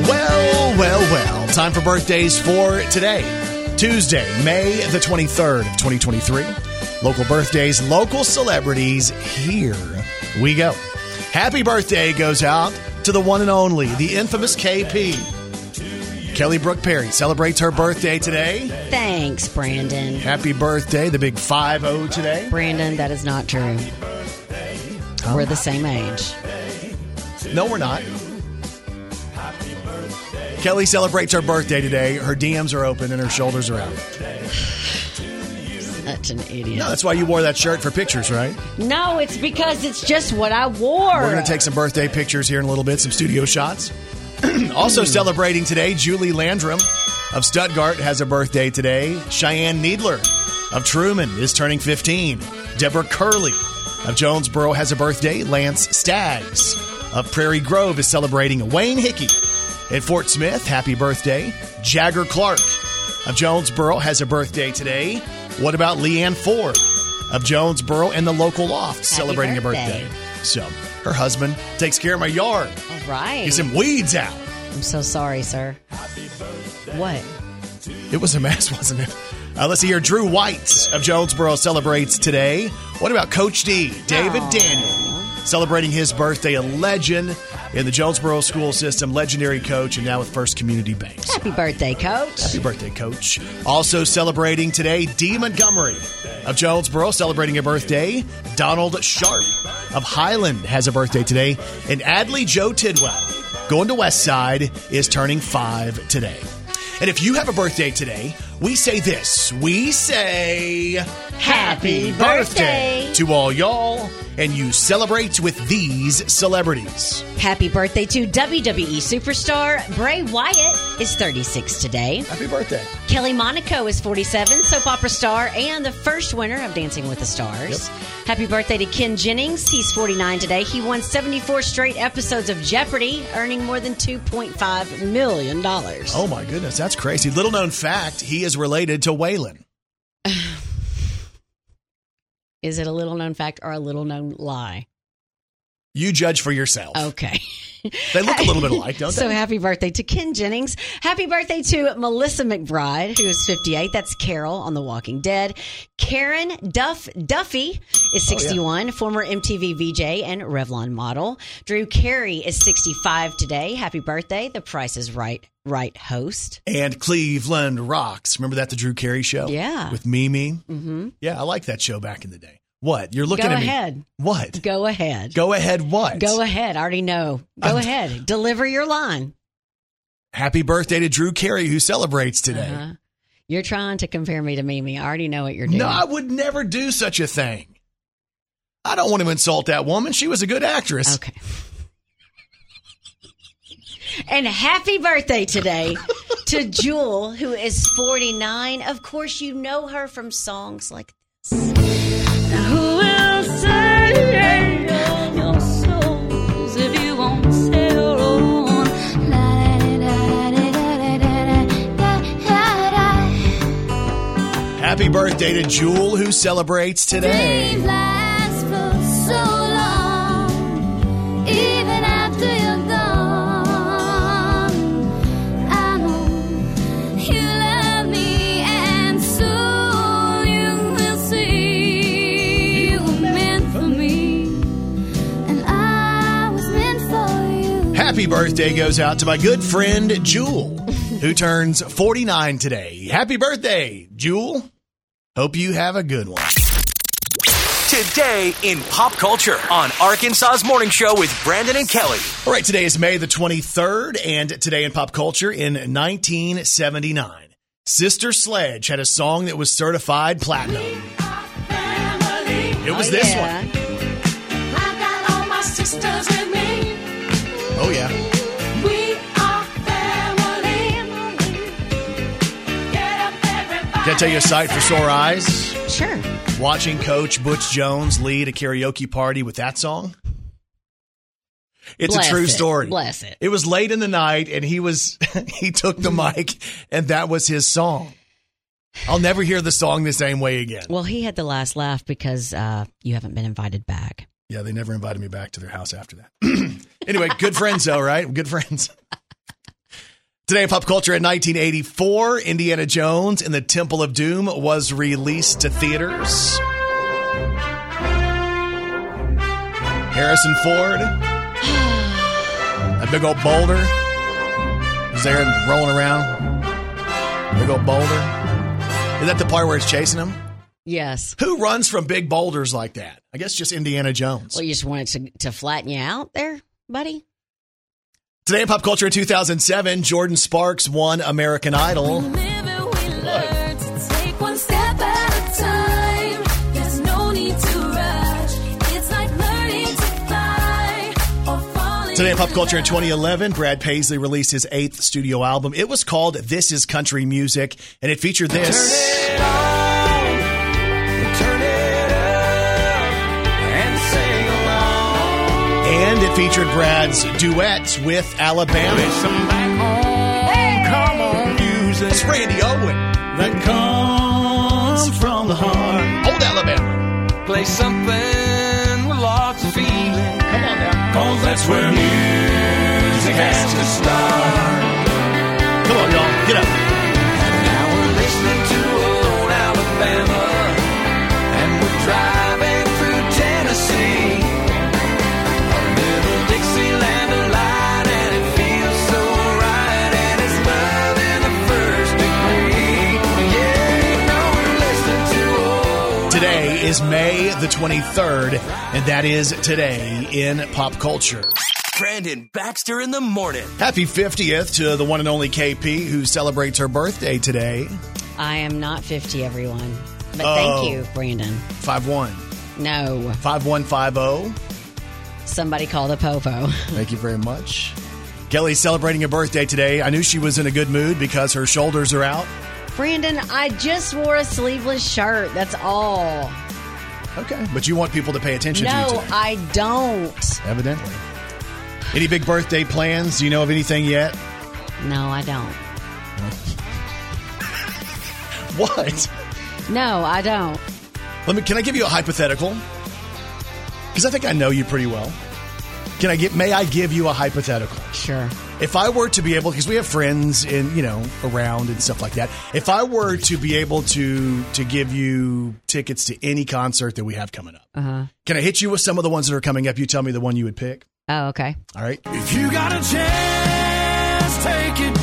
S2: Well, well, well. Time for birthdays for today, Tuesday, May the 23rd of 2023. Local birthdays, local celebrities. Here we go. Happy birthday goes out to the one and only, the infamous KP. Kelly Brooke Perry celebrates her birthday today.
S3: Thanks, Brandon.
S2: Happy birthday, the big 5 0 today.
S3: Brandon, that is not true. We're the same age.
S2: No, we're not. Kelly celebrates her birthday today. Her DMs are open and her shoulders are out.
S3: Such an idiot.
S2: No,
S3: No,
S2: that's why you wore that shirt for pictures, right?
S3: it's because it's just what I wore.
S2: We're going to take some birthday pictures here in a little bit, some studio shots. also celebrating today, Julie Landrum of Stuttgart has a birthday today. Cheyenne Needler of Truman is turning 15. Deborah Curley of Jonesboro has a birthday. Lance Staggs of Prairie Grove is celebrating. Wayne Hickey at Fort Smith, happy birthday. Jagger Clark of Jonesboro has a birthday today. What about Leanne Ford of Jonesboro and the local loft celebrating
S3: birthday.
S2: a birthday? So her husband takes care of my yard,
S3: All right.
S2: gets some weeds out.
S3: I'm so sorry, sir. What?
S2: It was a mess, wasn't it? Uh, let's see here. Drew White of Jonesboro celebrates today. What about Coach D, David
S3: Aw.
S2: Daniel, celebrating his birthday? A legend in the Jonesboro school system, legendary coach, and now with First Community Bank. So
S3: Happy birthday, coach.
S2: Happy birthday, Coach. Also celebrating today, Dee Montgomery of Jonesboro celebrating a birthday. Donald Sharp of Highland has a birthday today. And Adley Joe Tidwell, going to West Side, is turning five today. And if you have a birthday today, we say this. We say
S3: Happy birthday.
S2: to all y'all, and you celebrate with these celebrities.
S3: Happy birthday to WWE superstar Bray Wyatt is 36 today.
S2: Happy birthday.
S3: Kelly Monaco is 47, soap opera star and the first winner of Dancing with the Stars. Happy birthday to Ken Jennings. He's 49 today. He won 74 straight episodes of Jeopardy, earning more than $2.5 million.
S2: Oh my goodness, that's crazy. Little known fact, he is related to Waylon.
S3: Is it a little known fact or a little known lie?
S2: You judge for yourself.
S3: Okay.
S2: They look a little bit alike, don't
S3: So
S2: they?
S3: happy birthday to Ken Jennings. Happy birthday to Melissa McBride, who is 58. That's Carol on The Walking Dead. Karen Duff Duffy
S2: Oh,
S3: is 61, former MTV VJ and Revlon model. Drew Carey is 65 today. Happy birthday. The Price is Right right host.
S2: And Cleveland Rocks. Remember that, the Drew Carey show?
S3: Yeah.
S2: With Mimi? Mm-hmm. Yeah, I liked that show back in the day. What? You're looking
S3: Go
S2: at me.
S3: ahead.
S2: What?
S3: Go ahead.
S2: Go ahead, what?
S3: Go ahead. I already know. Go ahead. Deliver your line.
S2: Happy birthday to Drew Carey, who celebrates today.
S3: Uh-huh. You're trying to compare me to Mimi. I already know what you're doing.
S2: No, I would never do such a thing. I don't want to insult that woman. She was a good actress.
S3: Okay. And happy birthday today to Jewel, who is 49. Of course, you know her from songs like
S4: Who will save your souls if you won't save your own? La da da da da da da da.
S2: Happy birthday to Jewel, who celebrates today.
S4: Dream lasts for so long, even after you're gone. I know you love me, and soon you will see you were meant for me, and I was meant for you.
S2: Happy birthday goes out to my good friend Jewel, who turns 49 today. Happy birthday, Jewel. Hope you have a good one.
S1: Tip Today in pop culture on Arkansas's Morning Show with Brandon and Kelly.
S2: All right, today is May the 23rd, and today in pop culture in 1979, Sister Sledge had a song that was certified platinum. It was
S3: Oh,
S2: this
S3: yeah.
S2: one. Oh, yeah. Can I tell you a sight for sore eyes?
S3: Sure.
S2: Watching Coach Butch Jones lead a karaoke party with that song? It's
S3: Bless
S2: a true
S3: it.
S2: story.
S3: Bless it.
S2: It was late in the night and he was he took the mic and that was his song. I'll never hear the song the same way again.
S3: Well, he had the last laugh because uh, you haven't been invited back.
S2: Yeah, they never invited me back to their house after that. anyway, good friends though, right? Good friends. Today in pop culture in 1984, Indiana Jones and the Temple of Doom was released to theaters. Harrison Ford, a big old boulder, was there and rolling around. Big old boulder. Is that the part where it's chasing him?
S3: Yes.
S2: Who runs from big boulders like that? I guess just Indiana Jones.
S3: Well, you just wanted to, to flatten you out there, buddy?
S2: Today in pop culture in 2007, Jordan Sparks won American Idol. Today in pop culture in 2011, Brad Paisley released his eighth studio album. It was called This Is Country Music, and it featured this.
S5: Turn it on, turn it up, and sing along.
S2: And it featured Brad's duets with Alabama.
S5: Some back home, come on, music
S2: It's Randy Owen,
S5: that comes from the heart.
S2: old Alabama.
S5: Play something with lots of feeling. Come on now, cause that's where music has to start.
S2: Come on, y'all, get up.
S5: Now we're listening to old Alabama, and we're driving through Tennessee. A little Dixieland delight, and it feels so right, and it's love in the first degree. Yeah, you know we're listening to old.
S2: Today is May the 23rd, and that is today in pop culture.
S1: Brandon Baxter in the morning.
S2: Happy 50th to the one and only KP who celebrates her birthday today.
S3: I am not 50, everyone. But
S2: Oh.
S3: thank you, Brandon.
S2: 5 1.
S3: No.
S2: 5150.
S3: Somebody call the popo.
S2: Thank you very much. Kelly's celebrating her birthday today. I knew she was in a good mood because her shoulders are out.
S3: Brandon, I just wore a sleeveless shirt. That's all.
S2: Okay. But you want people to pay attention to you
S3: No,
S2: today.
S3: I don't.
S2: Evidently. Any big birthday plans? Do you know of anything yet?
S3: No, I don't.
S2: What?
S3: No, I don't.
S2: Let me can I give you a hypothetical? Because I think I know you pretty well. Can I get may I give you a hypothetical?
S3: Sure.
S2: If I were to be able, because we have friends in you know around and stuff like that. If I were to be able to to give you tickets to any concert that we have coming up, uh-huh. can I hit you with some of the ones that are coming up? You tell me the one you would pick.
S3: Oh, okay.
S2: All right.
S5: If you got a chance, take it.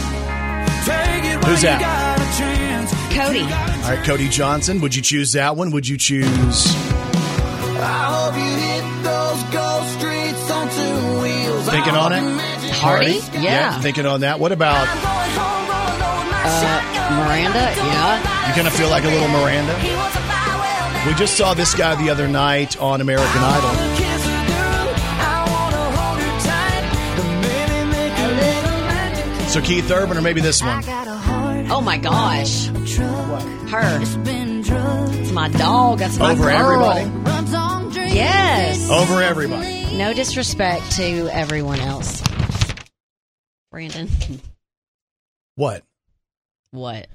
S5: Take it while
S2: Who's that?
S5: You got a chance.
S3: Cody.
S5: You got a
S2: All right, Cody Johnson. Would you choose that one? Would you choose?
S5: I hope you hit those ghost streets on two wheels.
S2: Thinking on it?
S3: Hardy? Yeah.
S2: Thinking on that. What about?
S3: Uh, Miranda? Yeah.
S2: You kind of feel like a little Miranda. We just saw this guy the other night on American Idol. So Keith Urban or maybe this one.
S3: Oh my gosh. Her.
S4: Been drugs,
S3: It's my dog. That's my
S2: Over
S3: girl.
S2: everybody? Oh.
S4: rubbed on dreams.
S3: Yes.
S2: Over everybody.
S3: No disrespect to everyone else. Brandon.
S2: What?
S3: What?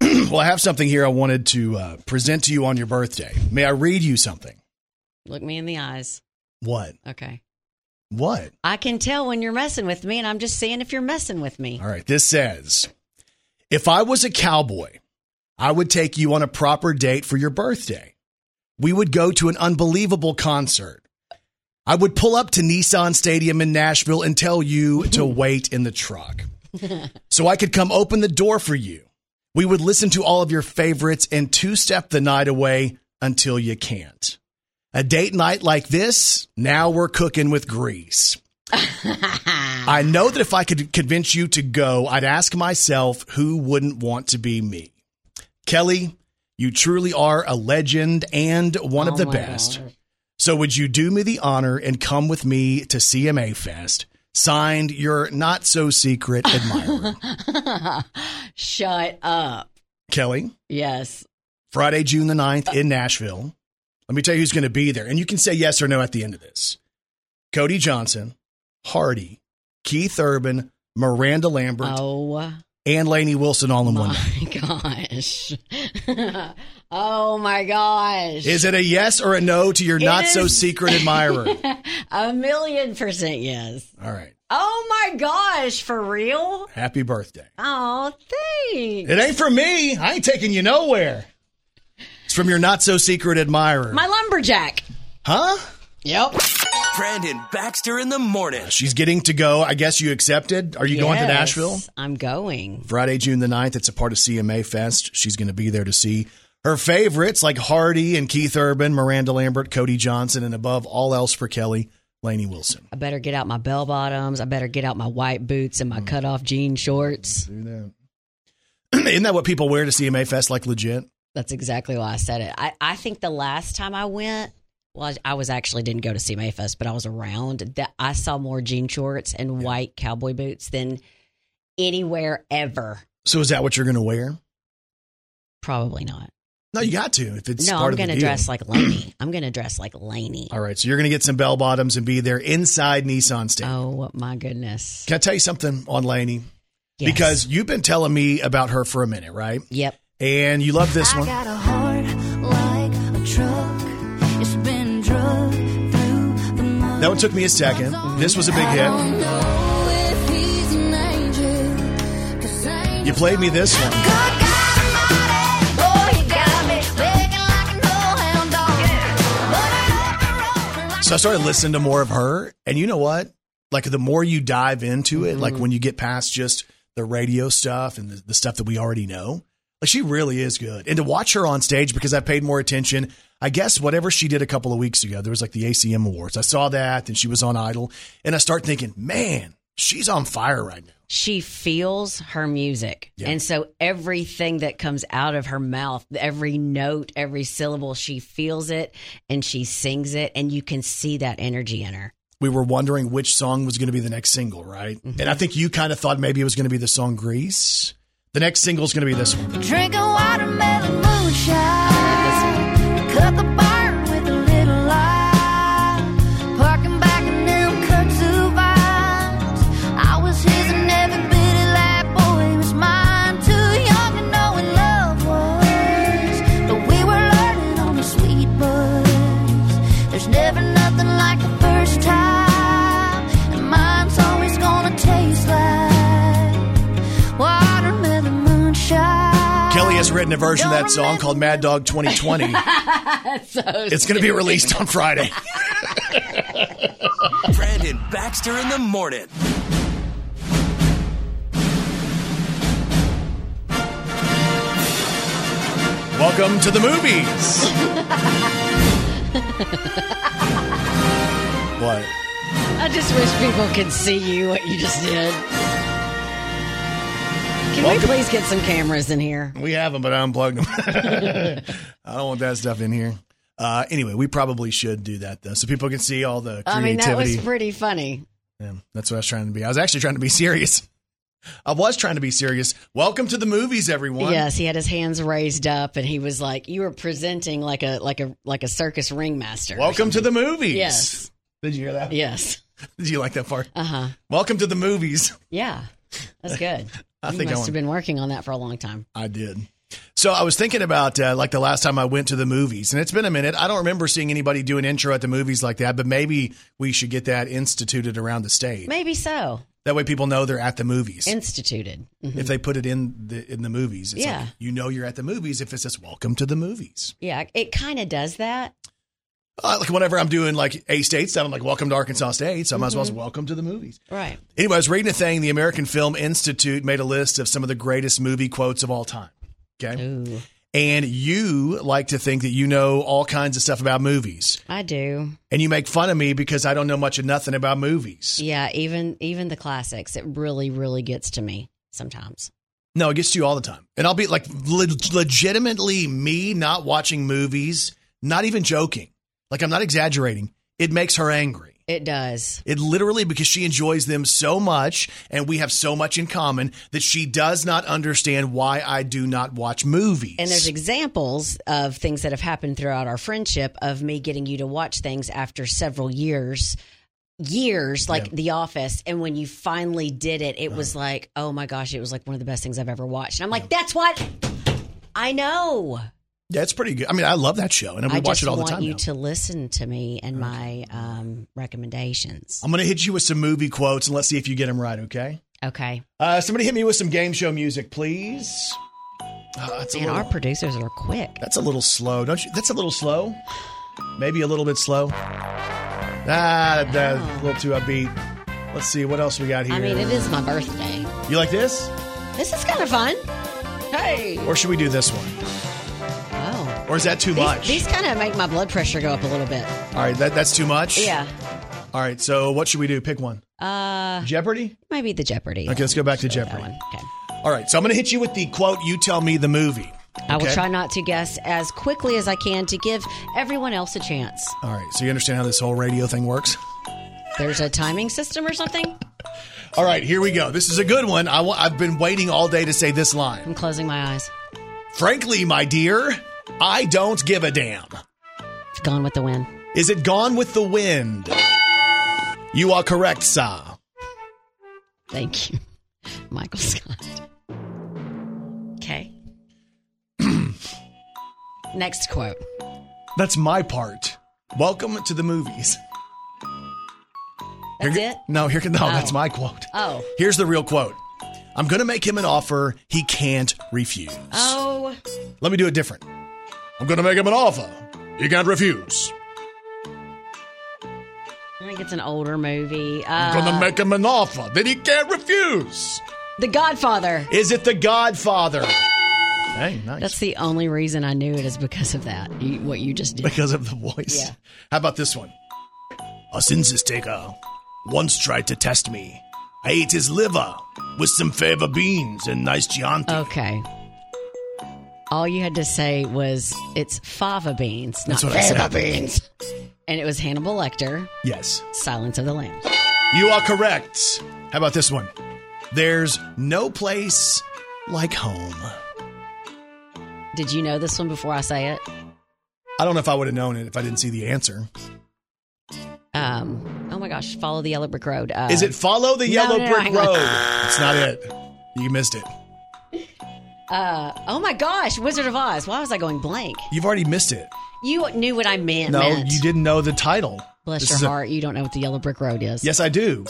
S2: Well, I have something here I wanted to uh, present to you on your birthday. May I read you something?
S3: Look me in the eyes.
S2: What?
S3: Okay.
S2: What?
S3: I can tell when you're messing with me, and I'm just seeing if you're messing with me.
S2: All right. This says If I was a cowboy, I would take you on a proper date for your birthday. We would go to an unbelievable concert. I would pull up to Nissan Stadium in Nashville and tell you to wait in the truck so I could come open the door for you. We would listen to all of your favorites and two step the night away until you can't. A date night like this, now we're cooking with grease. I know that if I could convince you to go, I'd ask myself who wouldn't want to be me. Kelly, you truly are a legend and one
S3: Oh
S2: of the best. So would you do me the honor and come with me to CMA Fest? Signed, your not so secret admirer.
S3: Shut up.
S2: Kelly,
S3: Yes.
S2: Friday, June the 9th in Nashville. Let me tell you who's going to be there. And you can say yes or no at the end of this. Cody Johnson, Hardy, Keith Urban, Miranda Lambert,
S3: Oh
S2: and Lainey Wilson all in one night.
S3: my gosh. oh my gosh.
S2: Is it a yes or a no to your
S3: It
S2: not so
S3: is-
S2: secret admirer?
S3: A million percent yes.
S2: all right.
S3: Oh my gosh, for real?
S2: Happy birthday.
S3: Oh, thanks.
S2: It ain't from me. I ain't taking you nowhere. It's from your not so secret admirer.
S3: My lumberjack.
S2: huh?
S3: Yep.
S1: Brandon Baxter in the morning.
S2: She's getting to go. I guess you accepted. Are you going to Nashville?
S3: I'm going.
S2: Friday, June the 9th. It's a part of CMA Fest. She's going to be there to see her favorites like Hardy and Keith Urban, Miranda Lambert, Cody Johnson, and above all else for Kelly, Lainey Wilson.
S3: I better get out my bell bottoms. I better get out my white boots and my cutoff jean shorts.
S2: Isn't that what people wear to CMA Fest? Like legit?
S3: That's exactly why I said it. I, I think the last time I went, well, I, I was actually didn't go to CMA Fest, but I was around. That I saw more jean shorts and white cowboy boots than anywhere ever.
S2: So is that what you're going to wear?
S3: Probably not.
S2: No, you got to. If it's
S3: no,
S2: part of
S3: I'm
S2: the
S3: going to
S2: deal.
S3: dress like Laney. I'm going to dress like Laney.
S2: All right, so you're going to get some bell bottoms and be there inside Nissan Stadium.
S3: Oh my goodness!
S2: Can I tell you something on Lainey?
S3: Yes.
S2: Because you've been telling me about her for a minute, right?
S3: yep,
S2: And you love this
S4: I
S2: one.
S4: got a heart like a truck. It's been drugged through the mud.
S2: That one took me a second. This was a big hit. You played me this one. So I started listening to more of her, and you know what? Like the more you dive into it, like when you get past just the radio stuff and the, the stuff that we already know, like she really is good. And to watch her on stage because I paid more attention. I guess whatever she did a couple of weeks ago, there was like the ACM Awards. I saw that, and she was on Idol, and I start thinking, man, she's on fire right now.
S3: she feels her music,
S2: Yeah.
S3: and so everything that comes out of her mouth, every note, every syllable, she feels it and she sings it, and you can see that energy in her.
S2: We were wondering which song was going to be the next single, right? And I think you kind of thought maybe it was going to be the song Grease. The next single is going to be this one.
S4: Drinking watermelon moonshine. Cut the barn with a little light. Parking back in them kudzu vines. I was his and every bit of that boy was mine. Too young to know what love was. But we were learning on the sweet buzz. There's never nothing like the first time. And mine's always gonna taste like watermelon moonshine.
S2: Kelly has written a version of that song called Mad Dog 2020. it's going to be released on Friday.
S1: Brandon Baxter in the morning.
S2: Welcome to the movies. what?
S3: I just wish people could see you what you just did. Can we
S2: Welcome-
S3: please get some cameras in here?
S2: We have them, but I unplugged them. I don't want that stuff in here. Uh, anyway, we probably should do that though, so people can see all the
S3: I mean,
S2: creativity.
S3: that was pretty funny.
S2: Yeah, that's what I was trying to be. I was actually trying to be serious. I was trying to be serious. Welcome to the movies, everyone.
S3: Yes, he had his hands raised up, and he was like, "You were presenting like a like a like a circus ringmaster."
S2: Welcome to the movies.
S3: Yes.
S2: Did you hear that?
S3: Yes.
S2: Did you like that part?
S3: Uh huh.
S2: Welcome to the movies.
S3: Yeah. That's good.
S2: I
S3: you
S2: think I
S3: must
S2: want-
S3: have been working on that for a long time.
S2: I did. So I was thinking about uh, like the last time I went to the movies, and it's been a minute. I don't remember seeing anybody do an intro at the movies like that, but maybe we should get that instituted around the state.
S3: Maybe so.
S2: That way, people know they're at the movies.
S3: Instituted. Mhm.
S2: if they put it in the in the movies, it's
S3: Yeah.
S2: like, you know you're at the movies if it says "Welcome to the movies."
S3: Yeah, it kind of does that.
S2: Uh, like whenever I'm doing like a state stuff, I'm like "Welcome to Arkansas State," so I might as well say, "Welcome to the movies."
S3: Right.
S2: Anyway, I was reading a thing. The American Film Institute made a list of some of the greatest movie quotes of all time. Okay.
S3: Ooh.
S2: and you like to think that you know all kinds of stuff about movies.
S3: I do.
S2: And you make fun of me because I don't know much of nothing about movies.
S3: Yeah, even even the classics, it really really gets to me sometimes.
S2: No, it gets to you all the time. And I'll be like le- legitimately me not watching movies, not even joking. Like I'm not exaggerating. It makes her angry.
S3: It does.
S2: It literally because she enjoys them so much and we have so much in common that she does not understand why I do not watch movies.
S3: And there's examples of things that have happened throughout our friendship of me getting you to watch things after several years years like the office and when you finally did it it was like oh my gosh it was like one of the best things i've ever watched and i'm like that's what i know
S2: yeah, it's pretty good. I mean, I love that show and we
S3: i
S2: watch
S3: just
S2: it all the
S3: want
S2: time.
S3: you
S2: now.
S3: to listen to me and my um, recommendations
S2: I'm going to hit you with some movie quotes and let's see if you get them right, okay?
S3: okay
S2: Uh, somebody hit me with some game show music, please. Ah, that's, a
S3: and our
S2: little,
S3: producers are quick
S2: that's a little slow, don't you? That's a little slow. Maybe a little bit slow. Ah, that, that- a little too upbeat. Let's see what else we got here.
S3: i mean it is my birthday
S2: You like this,
S3: this is kind of fun hey
S2: or should we do this one,
S3: oh
S2: or is that too much?
S3: these, these kind of make my blood pressure go up a little bit
S2: All right, that, that's too much.
S3: yeah
S2: All right, so what should we do? Pick one.
S3: uh
S2: Jeopardy.
S3: might be the jeopardy
S2: Okay, let's go back to
S3: That
S2: Jeopardy.
S3: one. okay
S2: All right, so I'm going to hit you with the quote. You tell me the movie.
S3: I will
S2: Okay?
S3: try not to guess as quickly as I can to give everyone else a chance.
S2: All right, so you understand how this whole radio thing works.
S3: There's a timing system or something.
S2: All right, here we go. This is a good one. I w- I've been waiting all day to say this line.
S3: I'm closing my eyes.
S2: Frankly, my dear, I don't give a damn.
S3: It's gone with the wind.
S2: Is it gone with the wind? You are correct, sir.
S3: Thank you, Michael Scott. Okay. Next quote.
S2: That's my part. Welcome to the movies.
S3: That's
S2: Here-
S3: it.
S2: No, here can no,
S3: Oh.
S2: that's my quote.
S3: Oh.
S2: Here's the real quote. I'm gonna make him an offer he can't refuse.
S3: Oh,
S2: Let me do it different. I'm gonna make him an offer he can't refuse.
S3: I think it's an older movie.
S2: I'm gonna
S3: Uh,
S2: make him an offer that he can't refuse.
S3: the Godfather.
S2: Is it The Godfather? Hey, nice.
S3: That's the only reason I knew it is because of that. You, what you just did.
S2: because of the voice.
S3: Yeah.
S2: How about this one? A census taker once tried to test me. I ate his liver with some fava beans and nice Chianti.
S3: Uh, Okay. All you had to say was it's fava beans, not
S2: That's what I said.
S3: fava beans. And it was Hannibal Lecter,
S2: Yes.
S3: Silence of the Lambs.
S2: You are correct. How about this one? There's no place like home.
S3: Did you know this one before I say it?
S2: I don't know if I would have known it if I didn't see the answer.
S3: Um, oh my gosh, follow the yellow brick road. Uh,
S2: Is it follow the yellow
S3: no, no,
S2: brick
S3: hang on.
S2: road? It's not it. You missed it.
S3: Uh, oh my gosh, Wizard of Oz. Why was I going blank?
S2: You've already missed it.
S3: You knew what I meant.
S2: no,
S3: meant.
S2: you didn't know the title.
S3: Bless
S2: This is
S3: your
S2: a-
S3: heart, you don't know what the yellow brick road is.
S2: Yes, I do.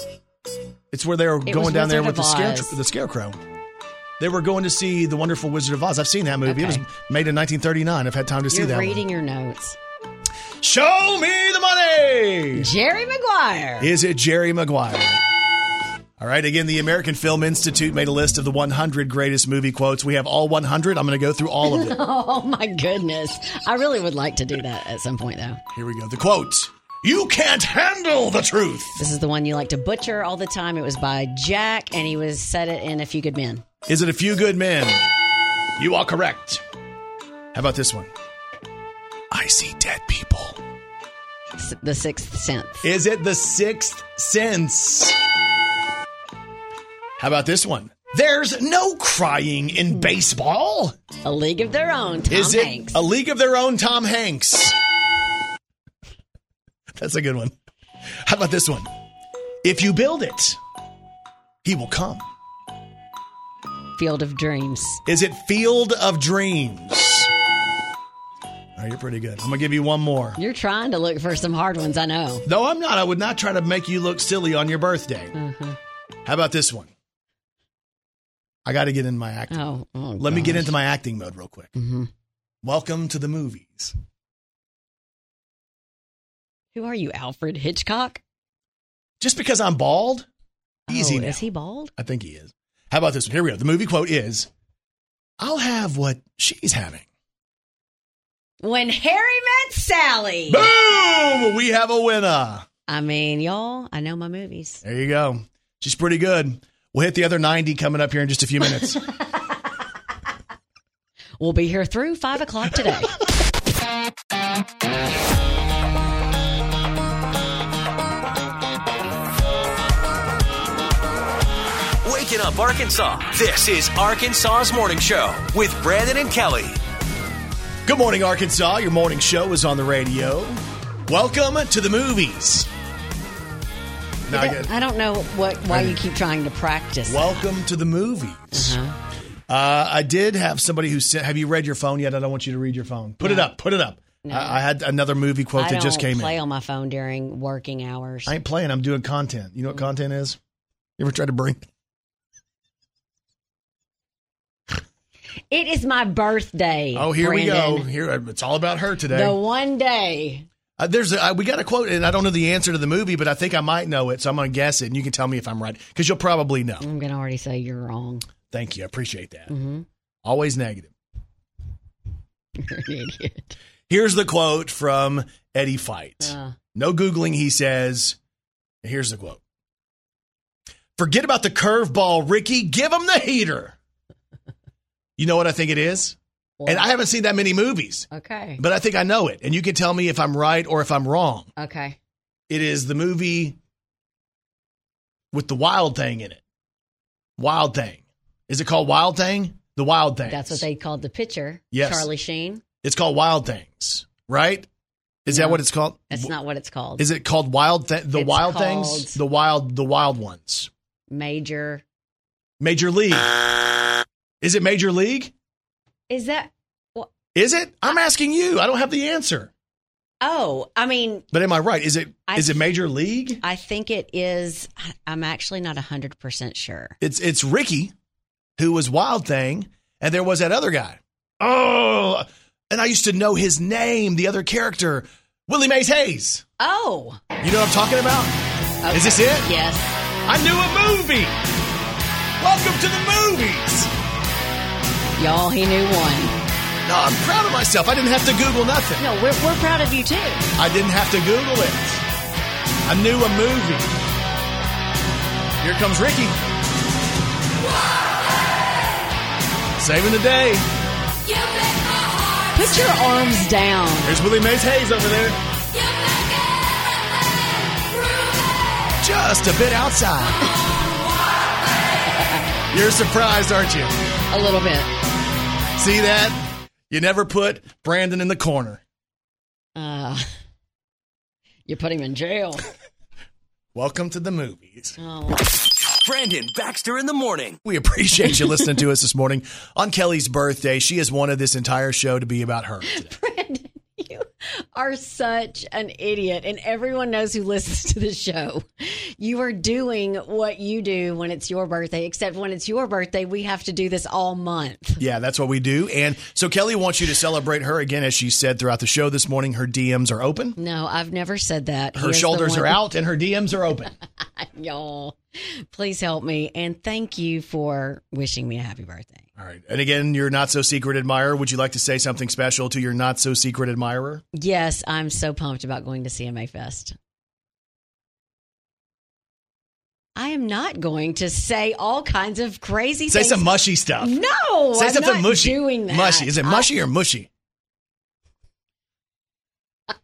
S2: It's where they were
S3: It
S2: going
S3: was
S2: down there with
S3: Wizard
S2: the,
S3: of
S2: scare,
S3: Oz.
S2: the scarecrow. They were going to see the Wonderful Wizard of Oz. I've seen that movie. It was
S3: Okay.
S2: made in 1939. I've had time to see
S3: You're
S2: that. one.
S3: reading your notes.
S2: Show me the money.
S3: Jerry Maguire.
S2: Is it Jerry Maguire? All right. Again, the American Film Institute made a list of the 100 greatest movie quotes. We have all 100. I'm going to go through all of them.
S3: Oh my goodness. I really would like to do that at some point though.
S2: Here we go. The quote: "You can't handle the truth."
S3: This is the one you like to butcher all the time. It was by Jack, and he was said it in A Few Good Men.
S2: Is it a few good men? You are correct. How about this one? I see dead people.
S3: S- The Sixth Sense.
S2: Is it the sixth sense? How about this one? There's no crying in baseball.
S3: A League of Their Own. Tom
S2: Is it
S3: Hanks.
S2: a league of their own Tom Hanks? That's a good one. How about this one? If you build it, he will come.
S3: Field of Dreams.
S2: Is it Field of Dreams? All right, you're pretty good. I'm going to give you one more.
S3: You're trying to look for some hard ones, I know.
S2: No, I'm not. I would not try to make you look silly on your birthday.
S3: Mm-hmm.
S2: How about this one? I got to get in my acting.
S3: Oh, Mm-hmm. oh
S2: Let me get into my acting mode real quick. Welcome to the movies.
S3: Who are you, Alfred Hitchcock?
S2: Just because I'm bald, easy
S3: oh,
S2: now.
S3: Is he bald?
S2: I think he is. How about this one? Here we go. The movie quote is I'll have what she's having.
S3: When Harry Met Sally.
S2: Boom! We have a winner.
S3: I mean, y'all, I know my movies.
S2: There you go. She's pretty good. We'll hit the other 90 coming up here in just a few minutes.
S3: We'll be here through five o'clock today.
S1: Waking up Arkansas. This is Arkansas's morning show with Brandon and Kelly.
S2: Good morning, Arkansas. Your morning show is on the radio. Welcome to the movies. Now I get-
S3: I don't know what why you keep trying to practice.
S2: welcome to the movies.
S3: Uh-huh.
S2: Uh, I did have somebody who said, "Have you read your phone yet?" I don't want you to read your phone. Put it up. Put it up. I, I had another movie quote
S3: I
S2: that
S3: don't
S2: just came
S3: play
S2: in.
S3: on my phone during working hours.
S2: I ain't playing. I'm doing content. You know what content is? You ever tried to bring?
S3: It is my birthday.
S2: Oh, here we go.
S3: Brandon.
S2: Here it's all about her today.
S3: The one day.
S2: Uh, there's a, uh, we got a quote, and I don't know the answer to the movie, but I think I might know it, so I'm going to guess it, and you can tell me if I'm right because you'll probably know.
S3: I'm gonna already say you're wrong.
S2: Thank you, I appreciate that.
S3: Mhm.
S2: Always negative.
S3: You're an idiot.
S2: Here's the quote from Eddie Fight.
S3: Uh.
S2: no googling. He says, "Here's the quote: Forget about the curveball, Ricky. Give him the heater." you know what I think it is, and I haven't seen that many movies,
S3: Okay.
S2: but I think I know it, and you can tell me if I'm right or if I'm wrong.
S3: Okay.
S2: It is the movie with the wild thing in it. Wild thing. Is it called Wild Thing? The Wild Thing.
S3: That's what they called the pitcher.
S2: Yes.
S3: Charlie Sheen.
S2: It's called Wild Things, right? Is that
S3: No,
S2: what it's called?
S3: That's
S2: W-
S3: not what it's called.
S2: Is it called Wild Thi- The
S3: It's
S2: Wild
S3: called-
S2: Things? The Wild the Wild Ones.
S3: Major.
S2: Major League. Is it Major League?
S3: Is that?
S2: Is it? I'm asking you. I don't have the answer.
S3: Oh, I mean,
S2: But am I right? Is it? Is
S3: I-
S2: it Major League?
S3: I think it is. I- I'm actually not hundred percent sure.
S2: It's it's Ricky, who was Wild Thing, and there was that other guy. Oh, and I used to know his name, the other character, Willie Mays Hayes.
S3: Oh,
S2: You know what I'm talking about? Is this it?
S3: yes.
S2: I knew a movie. Welcome to the movies.
S3: Y'all, he knew one.
S2: No, I'm proud of myself. I didn't have to Google nothing.
S3: No, we're we're proud of you too.
S2: I didn't have to Google it. I knew a movie. Here comes Ricky. Saving the day.
S3: Put your arms down.
S2: There's Willie Mays Hayes over there. Just a bit outside. You're surprised, aren't you?
S3: A little bit.
S2: See that? You never put Brandon in the corner.
S3: Uh, you put him in jail.
S2: Welcome to the movies.
S3: Oh,
S1: Brandon Baxter in the morning.
S2: We appreciate you listening to us this morning on Kelly's birthday. She has wanted this entire show to be about her. today.
S3: Brandon, you are such an idiot, and everyone knows who listens to the show. You are doing what you do when it's your birthday, except when it's your birthday, we have to do this all month.
S2: Yeah, that's what we do. And so Kelly wants you to celebrate her again, as she said throughout the show this morning. Her DMs are open,
S3: No, I've never said that. He
S2: her
S3: is the
S2: shoulders are
S3: one-
S2: out, and her DMs are open.
S3: Y'all, please help me, and thank you for wishing me a happy birthday.
S2: All right. And again, your not so secret admirer, would you like to say something special to your not so secret admirer?
S3: Yes, I'm so pumped about going to CMA Fest. I am not going to say all kinds of crazy
S2: Say
S3: things.
S2: some mushy stuff.
S3: No,
S2: say
S3: I'm
S2: something
S3: not
S2: mushy.
S3: Doing that.
S2: Mushy. Is it mushy or mushy?
S3: I,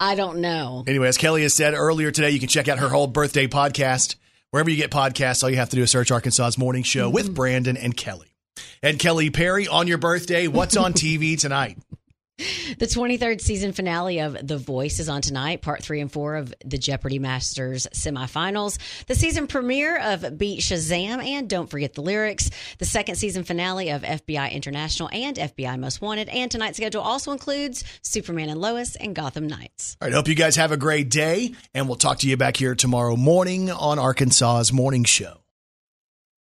S3: I don't know.
S2: Anyway, as Kelly has said earlier today, you can check out her whole birthday podcast. Wherever you get podcasts, all you have to do is search Arkansas's Morning Show
S3: Mm-hmm.
S2: with Brandon and Kelly. And Kelly Perry, on your birthday, what's on TV tonight?
S3: The 23rd season finale of The Voice is on tonight, part three and four of the Jeopardy Masters semifinals, the season premiere of Beat Shazam, and don't forget the lyrics, the second season finale of FBI International and FBI Most Wanted. And tonight's schedule also includes Superman and Lois and Gotham Knights.
S2: All right, hope you guys have a great day, and we'll talk to you back here tomorrow morning on Arkansas's Morning Show.